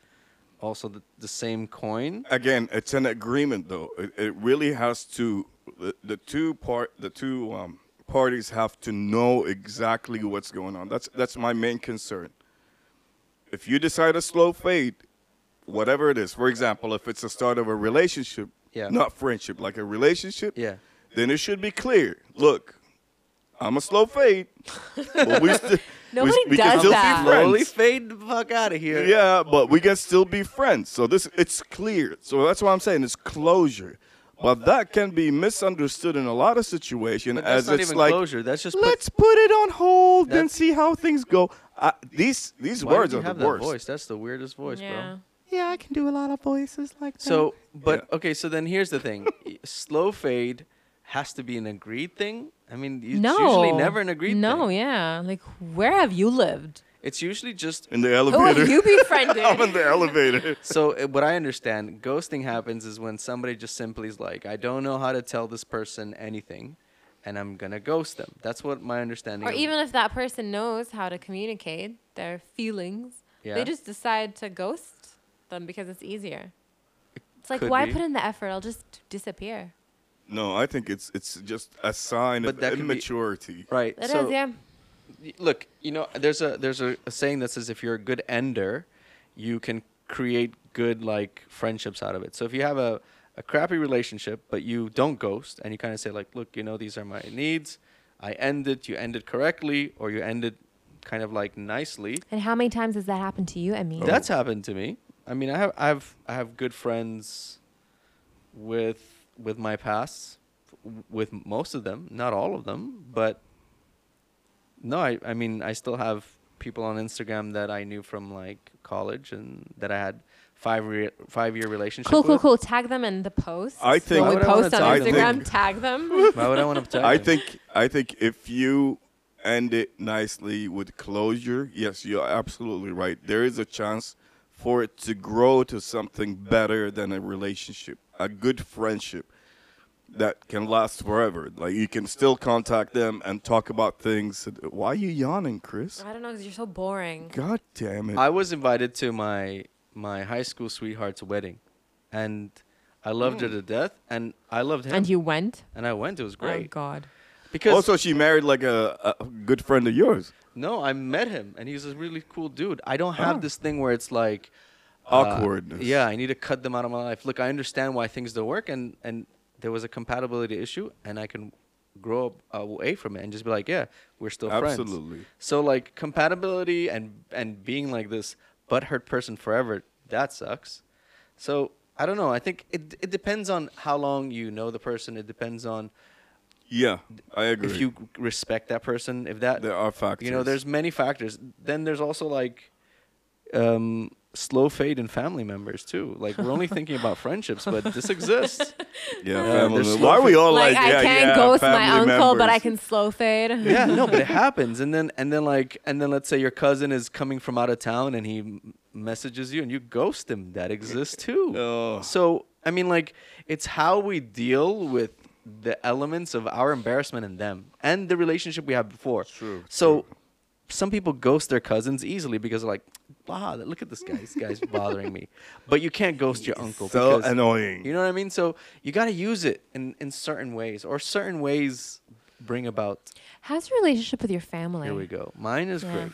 D: also the, the same coin?
A: Again, it's an agreement, though. It, it really has to the, the two part the two um, parties have to know exactly what's going on. That's that's my main concern. If you decide a slow fade, whatever it is, for example, if it's the start of a relationship,
D: Yeah.
A: not friendship, like a relationship,
D: Yeah.
A: then it should be clear. Look, I'm a slow fade, but we, sti-
C: Nobody
A: we, we
C: does
A: can still
C: that.
A: be friends.
D: Slowly fade the fuck out of here.
A: Yeah, but we can still be friends. So this it's clear. So that's why I'm saying it's closure. But that can be misunderstood in a lot of situations
D: But that's
A: as
D: not
A: it's
D: even
A: like
D: closure. That's just put-
A: let's put it on hold and
D: That's-
A: see how things go. I, these these
D: Why
A: words
D: did you
A: are
D: have
A: the
D: that
A: worst.
D: voice? That's the weirdest voice,
C: yeah.
D: bro.
A: Yeah, I can do a lot of voices like that.
D: So, but okay, so then here's the thing: Y- slow fade has to be an agreed thing. I mean, it's usually never an agreed
C: No,
D: thing.
C: yeah. Like, where have you lived?
D: It's usually just
A: in the
C: Who have
A: elevator,
C: you befriended?
A: I'm in the elevator.
D: so. uh, What I understand, ghosting happens is when somebody just simply is like, "I don't know how to tell this person anything," and I'm gonna ghost them. That's what my understanding.
C: or
D: of-
C: even if that person knows how to communicate their feelings,
D: Yeah.
C: they just decide to ghost them because it's easier. It's like,
D: could
C: why
D: be.
C: put in the effort? I'll just disappear.
A: No, I think it's it's just a sign
D: But
A: of
D: that could be-
A: immaturity.
D: right.
C: It is,
D: so
C: yeah.
D: y- look, you know, there's a there's a, a saying that says if you're a good ender, you can create good like friendships out of it. So if you have a a crappy relationship, but you don't ghost and you kind of say like, look, you know, these are my needs. I end it. You ended correctly, or you ended kind of like nicely.
C: And how many times has that happened to you, I mean?
D: Oh. That's happened to me. I mean, I have I have I have good friends with with my past, w- with most of them, not all of them, but no, I I mean, I still have people on Instagram that I knew from like college and that I had five re- five year relationship.
C: Cool, cool,
D: with.
C: cool. Tag them in the post.
A: I think-
C: when
D: Why
C: we
D: would I wanna
C: post on
A: tag them? I
C: Instagram,
A: think-
C: tag them.
D: Why would I want to protect?
A: I
D: them?
A: think I think if you end it nicely with closure, yes, you're absolutely right. There is a chance for it to grow to something better than a relationship, a good friendship that can last forever. Like you can still contact them and talk about things. Why are you yawning, Chris?
C: I don't know, because you're so boring.
A: God damn it!
D: I was invited to my my high school sweetheart's wedding, and I loved her to death, and I loved him,
C: Hmm. And you went?
D: and I went. It was
C: Oh,
D: great.
C: God.
D: because
A: also, she married like a, a good friend of yours.
D: No, I met him, and he's a really cool dude. I don't have
A: Oh.
D: this thing where it's like
A: Awkwardness.
D: Uh, yeah, I need to cut them out of my life. Look, I understand why things don't work, and and there was a compatibility issue, and I can grow ab- away from it and just be like, yeah, we're still friends.
A: Absolutely.
D: So like compatibility and and being like this butthurt person forever, that sucks. So I don't know. I think it it depends on how long you know the person. It depends on
A: Yeah, I agree.
D: if you respect that person. If that
A: there are factors.
D: you know, there's many factors. Then there's also like um, slow fade in family members too. Like we're only thinking about friendships, but this exists.
A: yeah,
D: uh,
A: family.
D: there's
A: members.
D: slow
A: Why are we all
C: like,
A: like,
C: I
A: yeah,
C: can't
A: yeah,
C: ghost my uncle,
A: family
C: but I
A: members.
C: can slow fade.
D: yeah, no, but it happens. And then and then like and then let's say your cousin is coming from out of town and he m- messages you and you ghost him. That exists too.
A: Oh.
D: So I mean, like it's how we deal with the elements of our embarrassment and them and the relationship we had before.
A: True,
D: So. Some people ghost their cousins easily because they're like, "Wow, look at this guy. This guy's bothering me." But you can't ghost your uncle.
A: So
D: because-
A: annoying.
D: You know what I mean? So you got to use it in in certain ways, or certain ways bring about
C: How's your relationship with your family?
D: here we go. Mine is
C: Yeah.
D: great.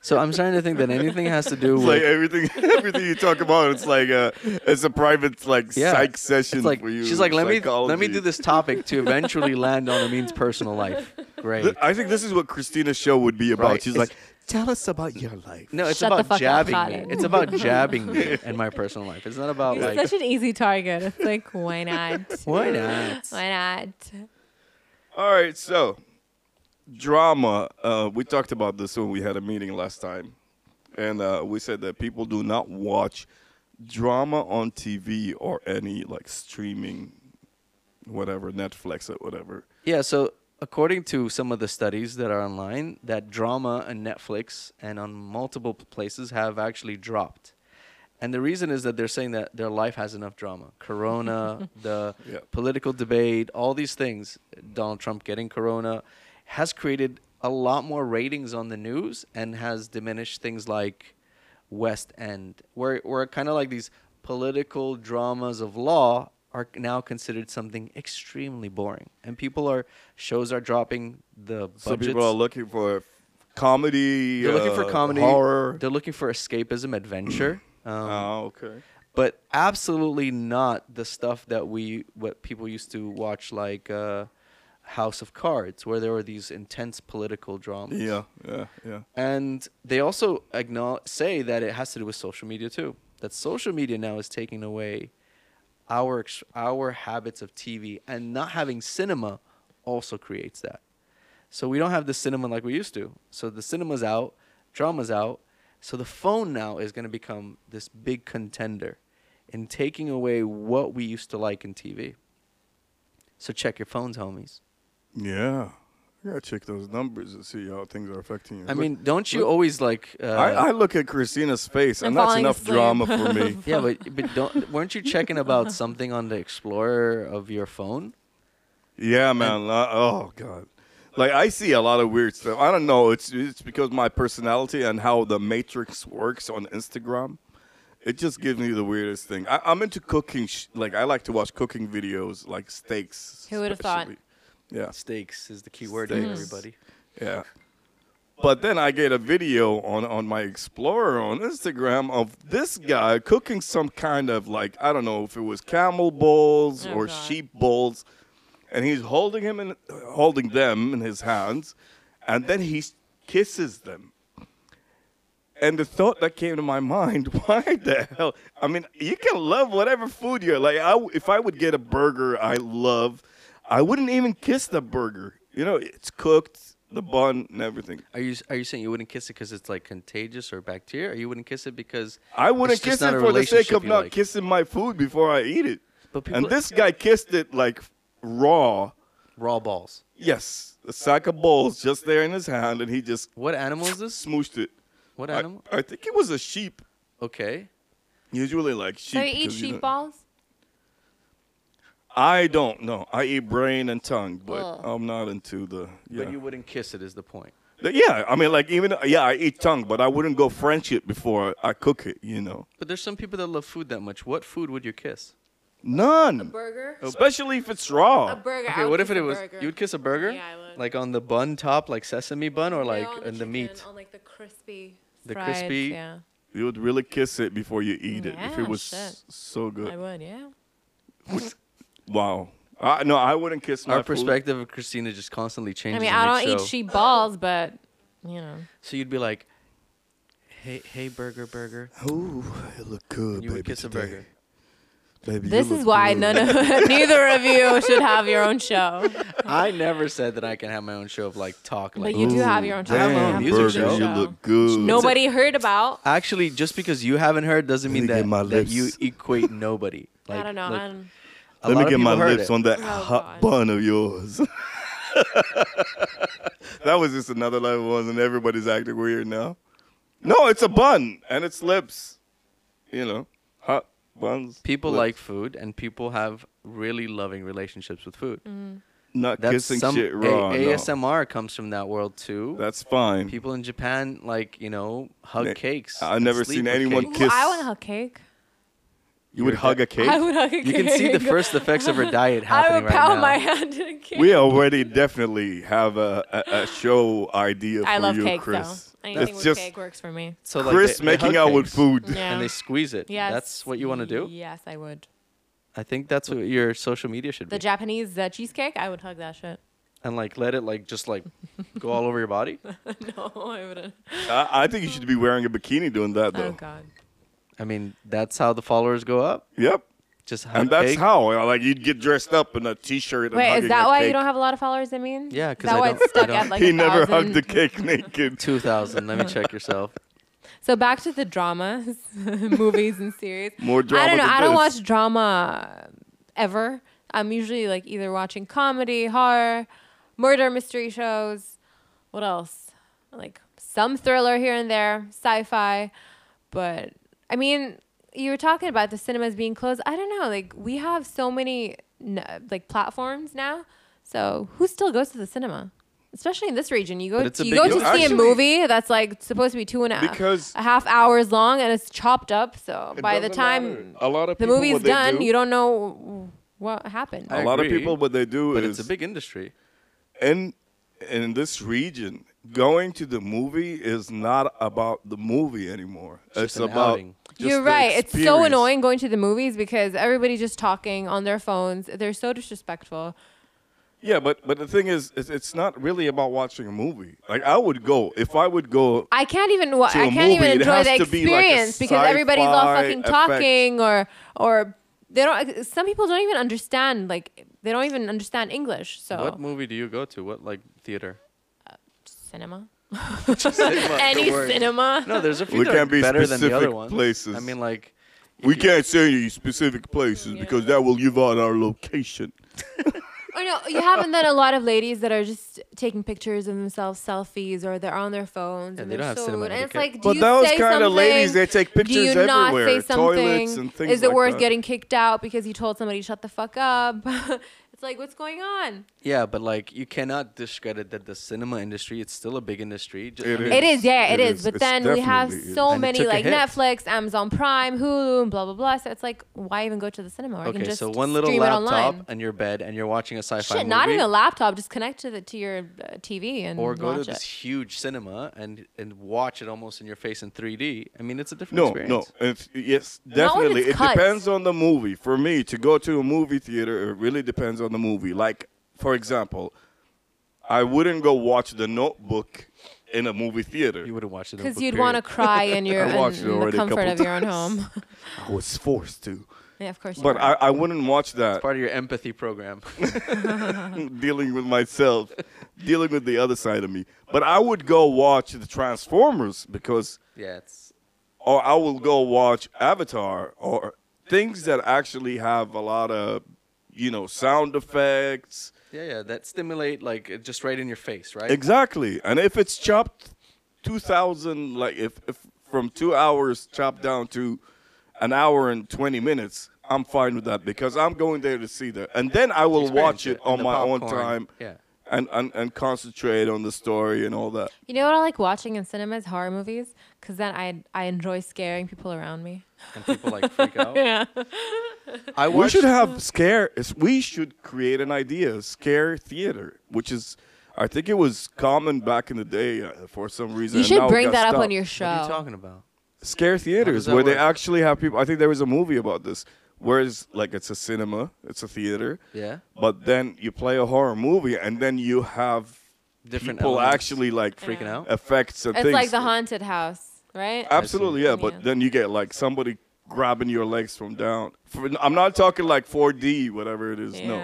D: So I'm starting to think that anything has to do
A: It's like
D: with
A: everything, everything you talk about, it's like a, it's a private like
D: yeah.
A: psych
D: It's
A: session
D: like-
A: for you.
D: She's like, let me let me
A: psychology."
D: do this topic to eventually land on Amin's personal life. Great.
A: Th- I think this is what Christina's show would be about.
D: Right.
A: She's
D: It's-
A: like, tell us about your life.
D: No, it's
C: Shut the fuck
D: about
C: up,
D: jabbing me.
C: Khaled.
D: It's about jabbing me and my personal life. It's not about
C: You're
D: like
C: such an easy target. It's like, why not?
D: why not?
C: Why not?
A: All right, so drama. Uh, we talked about this when we had a meeting last time, and uh, we said that people do not watch drama on TV or any like streaming, whatever Netflix or whatever.
D: Yeah, so according to some of the studies that are online, that drama on Netflix and on multiple p- places have actually dropped. And the reason is that they're saying that their life has enough drama. Corona, the
A: Yeah.
D: political debate, all these things, Donald Trump getting corona has created a lot more ratings on the news and has diminished things like West End, where where kind of like these political dramas of law are now considered something extremely boring, and people are shows are dropping the budgets.
A: So people are looking for comedy.
D: they're looking
A: uh,
D: for comedy,
A: horror.
D: They're looking for escapism, adventure. Um,
A: oh, okay.
D: but absolutely not the stuff that we what people used to watch like uh, House of Cards, where there were these intense political dramas.
A: Yeah, yeah, yeah.
D: And they also acknowledge, say that it has to do with social media too. That social media now is taking away our ex- our habits of TV and not having cinema also creates that. So we don't have the cinema like we used to. So the cinema's out, drama's out. So the phone now is going to become this big contender in taking away what we used to like in TV. So check your phones, homies.
A: Yeah. I gotta check those numbers and see how things are affecting you.
D: I
A: Look,
D: mean, don't you always like? Uh,
A: I, I look at Christina's face,
C: I'm
A: and that's
C: falling
A: enough
C: asleep.
A: drama for me.
D: Yeah, but but don't weren't you checking about something on the Explorer of your phone?
A: Yeah, man. li- oh god. Like I see a lot of weird stuff. I don't know. It's it's because my personality and how the matrix works on Instagram. It just gives me the weirdest thing. I, I'm into cooking. Sh- like I like to watch cooking videos, like steaks.
C: Who would've thought?
A: especially. Yeah,
D: Stakes is the key word here,
A: Steaks.
D: everybody.
A: yeah. But then I get a video on on my Explorer on Instagram of this guy cooking some kind of like I don't know if it was camel balls
C: Oh,
A: or
C: God.
A: sheep balls, and he's holding him in holding them in his hands, and then he s- kisses them. And the thought that came to my mind, why the hell? I mean, you can love whatever food you like. I, w- if I would get a burger I love, I wouldn't even kiss the burger. You know, it's cooked, the bun, and everything.
D: Are you are you saying you wouldn't kiss it because it's like contagious or bacteria, or you wouldn't kiss it because
A: I
D: it's
A: wouldn't
D: just
A: kiss
D: not
A: it
D: a
A: for the sake
D: relationship
A: of
D: you
A: not
D: like?
A: kissing my food before I eat it.
D: But people-
A: and this guy kissed it like raw.
D: raw balls?
A: Yes, a sack of balls just there in his hand, and he just
D: What animal is this?
A: smooshed it.
D: What
A: I,
D: animal?
A: I think it was a sheep.
D: Okay.
A: Usually, like sheep.
C: So you eat
A: because
C: sheep
A: know-
C: balls?
A: I don't know. I eat brain and tongue, but
C: Ugh.
A: I'm not into the. Yeah.
D: But you wouldn't kiss it is the point.
A: The- yeah, I mean, like even yeah, I eat tongue, but I wouldn't go French it before I cook it. You know,
D: But there's some people that love food that much. What food would you kiss?
A: none,
C: Burger?
A: especially if it's raw.
C: A burger.
D: Oh, Okay,
C: I would
D: what if
C: kiss
D: it
C: a
D: was
C: burger.
D: you would kiss a burger?
C: Yeah, I would.
D: Like on the bun top, like sesame bun, or
C: Yeah,
D: like
C: on
D: in the
C: chicken,
D: meat.
C: On like the crispy.
D: The
C: fried,
D: crispy-
C: Yeah.
A: you would really kiss it before you eat it if
C: Yeah,
A: it was
C: shit.
A: so good.
C: I would, yeah.
A: Wow. I, no, I wouldn't kiss my
D: Our
A: food.
D: perspective of Christina just constantly
C: I
D: changes.
C: mean,
D: in
C: I
D: each
C: don't eat
D: show.
C: sheep balls, but you know.
D: So you'd be like, "Hey, hey, burger, burger."
A: Ooh, it look good,
D: You
A: Oh, baby.
D: would kiss a
A: today.
D: burger.
A: Baby, you
C: This
A: look
C: is why
A: good.
C: none of neither of you should have your own show.
D: I never said that I can have my own show of like talk. Like
C: But you do have your own show.
D: I have my own
A: Damn,
D: music
A: burger,
D: show.
A: you look good.
C: Nobody heard about.
D: actually, just because you haven't heard doesn't mean
A: me get
D: that,
A: my
D: that you
A: lips.
D: equate nobody. Like,
C: I don't know.
D: look,
C: I don't,
D: a
A: Let
D: lot
A: me
D: of
A: get my
D: people heard
A: lips
D: it.
A: on that
C: Oh,
A: hot
C: God.
A: bun of yours. that was just another level, wasn't it? Everybody's acting weird now. No, it's a bun and it's lips. You know, hot buns.
D: People
A: lips.
D: like food, and people have really loving relationships with food.
C: Mm-hmm.
A: not
D: That's
A: kissing
D: some
A: shit raw.
D: A-
A: no.
D: ASMR comes from that world too.
A: That's fine.
D: people in Japan like you know hug
A: Ne-
D: cakes.
A: I've
D: and
A: never
D: sleep
A: seen
D: with
A: anyone
D: cakes.
C: Ooh,
A: kiss-
C: I want to hug cake.
A: you would hug a cake.
C: I would hug a cake.
D: You can see the first effects of her diet
C: I
D: happening
C: would
D: right
C: pound
D: now.
C: my hand in a cake.
A: we already definitely have a, a, a show idea for
C: I love
A: you,
C: cake
A: Chris.
C: though. Anything
A: it's
C: with
A: just
C: cake works for me.
D: So like,
A: Chris
D: they- they
A: making
D: hug
A: out with
D: cakes,
A: food.
C: Yeah.
D: and they squeeze it.
C: Yes.
D: that's what you want to do.
C: Yes, I would.
D: I think that's what your social media should
C: The
D: be.
C: Japanese uh, cheesecake, I would hug that shit.
D: and like let it like just like go all over your body.
C: no, I wouldn't.
A: Oh, I, I think you should be wearing a bikini doing that though.
C: Oh God.
D: I mean, that's how the followers go up.
A: Yep.
D: Just hug
A: And that's
D: cake.
A: how uh, like you'd get dressed up in a t-shirt. And
C: Wait,
A: hugging
C: is that
A: a
C: why
A: cake.
C: you don't have a lot of followers? I mean,
D: Yeah,
C: Is
D: 'cause
C: that
D: I
C: why
D: don't-
C: it's
D: I
C: stuck
D: don't-
C: at like
A: he
C: a
A: never hugged
C: thousand?
A: the cake naked.
D: Two thousand. Let me check yourself.
C: So back to the dramas, movies and series.
A: More drama
C: I don't know.
A: than
C: I don't
A: this.
C: watch drama ever. I'm usually like either watching comedy, horror, murder mystery shows. What else? Like some thriller here and there, sci-fi. But I mean, you were talking about the cinemas being closed. I don't know. Like we have so many n- like platforms now. So who still goes to the cinema? Especially in this region, you go
D: But it's a
C: you
D: big
C: go
D: deal.
C: to see a
A: Actually-
C: movie that's like supposed to be two and a half
A: Because-
C: a half hours long and it's chopped up. So
A: It
C: by the
A: doesn't
C: time
A: matter. a lot of
C: the
A: people,
C: movie's
A: what they
C: done,
A: do-
C: you don't know what happened.
D: I
A: a lot of
D: agree,
A: people what they do
D: But
A: is
D: it's a big industry.
A: in in this region going to the movie is not about the movie anymore. It's,
D: just an
A: about
D: outing.
A: just
C: You're
A: the
C: right. It's so
A: experience.
C: annoying going to the movies because everybody's just talking on their phones. They're so disrespectful.
A: Yeah, but but the thing is, it's, it's not really about watching a movie. Like I would go if I would go.
C: I can't even wa-
A: To a
C: I can't
A: movie,
C: even
A: it
C: enjoy
A: has
C: the
A: to be like a
C: experience because everybody's all
A: sci-fi
C: fucking
A: effect.
C: talking or or they don't some people don't even understand like they don't even understand English. So
D: What movie do you go to? What like theater?
C: cinema.
D: Cinema,
C: Any
D: the word.
C: cinema.
D: No, there's a few
A: We
D: that are
A: can't be
D: better than the other
A: specific
D: ones.
A: places.
D: I mean, like
A: We can't say any specific places because that will give out our location.
C: Or no, you haven't then a lot of ladies that are just taking pictures of themselves, selfies, or they're on their phones
D: Yeah,
C: and
D: they
C: they're
D: don't have
C: so
D: cinema
C: rude. And it's
D: etiquette.
C: like, do
A: But
C: you
A: those
C: say
A: kind of ladies,
C: something?
A: they take
C: do
A: pictures
C: you not
A: everywhere,
C: say something?
A: toilets and things
C: Is it
A: like
C: worth
A: that.
C: getting kicked out because you told somebody to shut the fuck up? it's like, what's going on?
D: Yeah, but like you cannot discredit that the cinema industry it's still a big industry. Just,
A: It
C: It is, yeah,
A: It
C: it is.
A: is.
C: But
A: It's
C: then we have
A: definitely is.
C: so
D: And it
C: many
D: took a
C: like
D: hit.
C: Netflix, Amazon Prime, Hulu, and blah blah blah. So it's like, why even go to the cinema? Or I can
D: Okay,
C: just
D: so one little
C: stream it online.
D: laptop on your bed and you're watching a sci-fi
C: Shit,
D: movie,
C: not even a laptop. Just connect to the to your uh, TV and
D: or go
C: watch
D: to
C: it.
D: this huge cinema and and watch it almost in your face in 3D. I mean, it's a different
A: No,
D: experience.
A: no. It's, yes,
C: Not when
A: definitely.
C: it's
A: It
C: cut.
A: depends on the movie. For me, to go to a movie theater, it really depends on the movie. Like, for example, I wouldn't go watch The Notebook in a movie theater.
D: you wouldn't watch it
C: Because you'd want to cry in your
A: I
C: in,
A: watched it
C: in the
A: already a
C: comfort
A: couple
C: of your own home.
A: I was forced to.
C: yeah, of course. you
A: But
C: would.
A: I, I wouldn't watch that
D: part of your empathy program.
A: dealing with myself, dealing with the other side of me. But I would go watch the Transformers because
D: yeah, it's
A: or I will go watch Avatar or things that actually have a lot of, you know, sound effects.
D: yeah, yeah, that stimulate like it just right in your face, right?
A: Exactly. And if it's chopped 2000 like if, if from 2 hours chopped down to an hour and 20 minutes, I'm fine with that because I'm going there to see that. And then I will
D: Experience
A: watch
D: it,
A: it, on
D: and the
A: my own
D: popcorn,
A: time.
D: yeah.
A: And, and and concentrate on the story and all that.
C: you know what I like watching in cinemas? Horror movies. Because then I I enjoy scaring people around me.
D: And people like freak out.
C: Yeah.
D: I
A: We
D: watched
A: should have scare. is- We should create an idea, scare theater, which is, I think it was common back in the day uh, for some reason.
C: You
A: and
C: should
A: now it
C: bring
A: got
C: that up on
A: stopped.
C: your
D: What are you
C: show.
D: talking about?
A: scare theaters
D: that
A: where they
D: work?
A: actually have people. I think there was a movie about this Whereas, like, it's a cinema, it's a theater.
D: Yeah.
A: But then you play a horror movie, and then you have
D: Different
A: people
D: elements.
A: actually like
D: Freaking Yeah. out?
A: effects and
C: It's
A: things.
C: like the haunted house, right?
A: Absolutely, yeah.
C: Yeah.
A: But then you get like somebody grabbing your legs from down. For, I'm not talking like 4D, whatever it is.
C: Yeah.
A: No,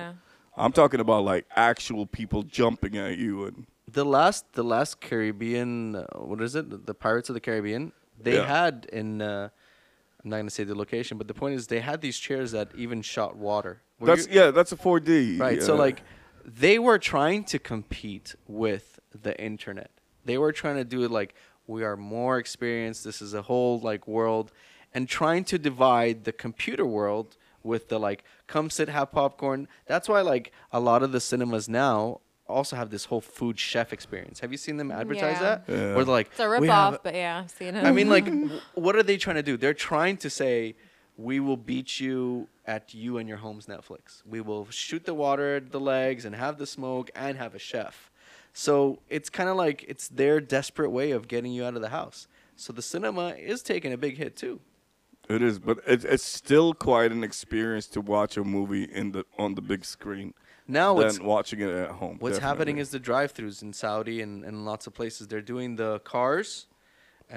A: I'm talking about like actual people jumping at you and
D: the last the last Caribbean uh, what is it The- the Pirates of the Caribbean they
A: Yeah.
D: had in uh, I'm not gonna say the location but the point is they had these chairs that even shot water Were
A: that's
D: you-
A: yeah, that's a 4D.
D: right so
A: yeah.
D: like they were trying to compete with the internet they were trying to do it like we are more experienced this is a whole like world and trying to divide the computer world with the like come sit have popcorn that's why like a lot of the cinemas now also have this whole food chef experience have you seen them advertise
C: Yeah.
D: that where they're like
C: It's a
D: "We have
C: ripoff, but yeah, I've seen it.
D: I mean, like, w- what are they trying to do? They're trying to say, we will beat you at you and your home's Netflix. We will shoot the water at the legs and have the smoke and have a chef. So it's kind of like it's their desperate way of getting you out of the house. So the cinema is taking a big hit too.
A: it is, but it, it's still quite an experience to watch a movie in the on the big screen.
D: Now
A: than
D: it's-
A: watching it at home.
D: What's
A: definitely.
D: happening is the drive-throughs in Saudi and, and lots of places. They're doing the cars,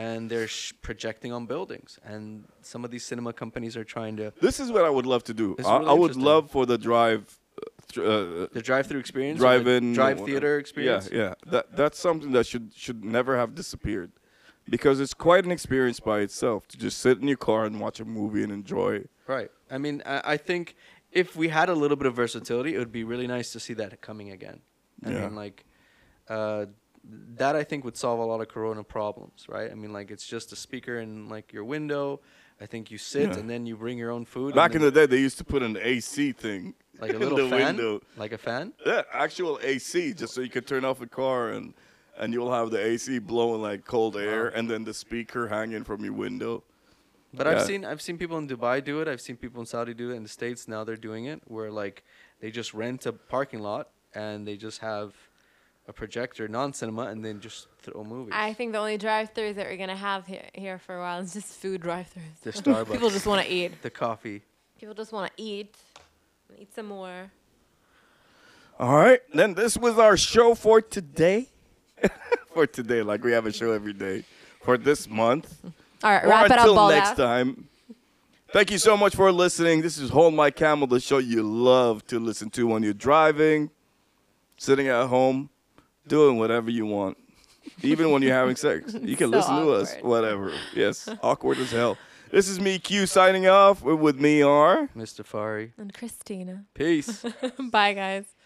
D: and they're sh- projecting on buildings. And some of these cinema companies are trying to
A: this is what I would love to do.
D: This is
A: I,
D: really
A: I would
D: interesting.
A: love for the drive. uh, thr- uh,
D: the drive-through experience, or the
A: drive-in,
D: drive
A: whatever.
D: theater experience.
A: Yeah, yeah. That that's something that should should never have disappeared, because it's quite an experience by itself to just sit in your car and watch a movie and enjoy. it.
D: Right. I mean, I, I think if we had a little bit of versatility, it would be really nice to see that coming again. I
A: Yeah.
D: mean, like, uh, that I think would solve a lot of Corona problems, right? I mean, like, it's just a speaker in like your window. I think you sit
A: Yeah.
D: and then you bring your own food. and
A: Back in
D: then-
A: the day, they used to put an AC thing
D: like a
A: in
D: little
A: the
D: fan,
A: window.
D: like a fan.
A: Yeah, actual AC, just so you could turn off the car and and you'll have the AC blowing like cold air, and then the speaker hanging from your window.
D: But
A: Yeah.
D: I've seen I've seen people in Dubai do it. I've seen people in Saudi do it. In the states now, they're doing it where like they just rent a parking lot and they just have a projector, non-cinema, and then just throw movies.
C: I think the only drive-throughs that we're gonna have here, here for a while is just food drive-throughs.
D: The Starbucks.
C: People just want to eat.
D: the coffee.
C: People just want to eat, eat some more.
A: All right, then this was our show for today. for today, like we have a show every day. For this month.
C: All right,
A: Or
C: wrap it up,
A: until
C: Bola.
A: next time. Thank you so much for listening. This is Hold My Camel, the show you love to listen to when you're driving, sitting at home, doing whatever you want. Even when you're having sex, you can
C: So
A: listen to us.
C: awkward.
A: Whatever. Yes, awkward as hell. This is me, Q, signing off. With me are.
D: Mr. Fari.
C: And Christina.
A: Peace.
C: Bye, guys.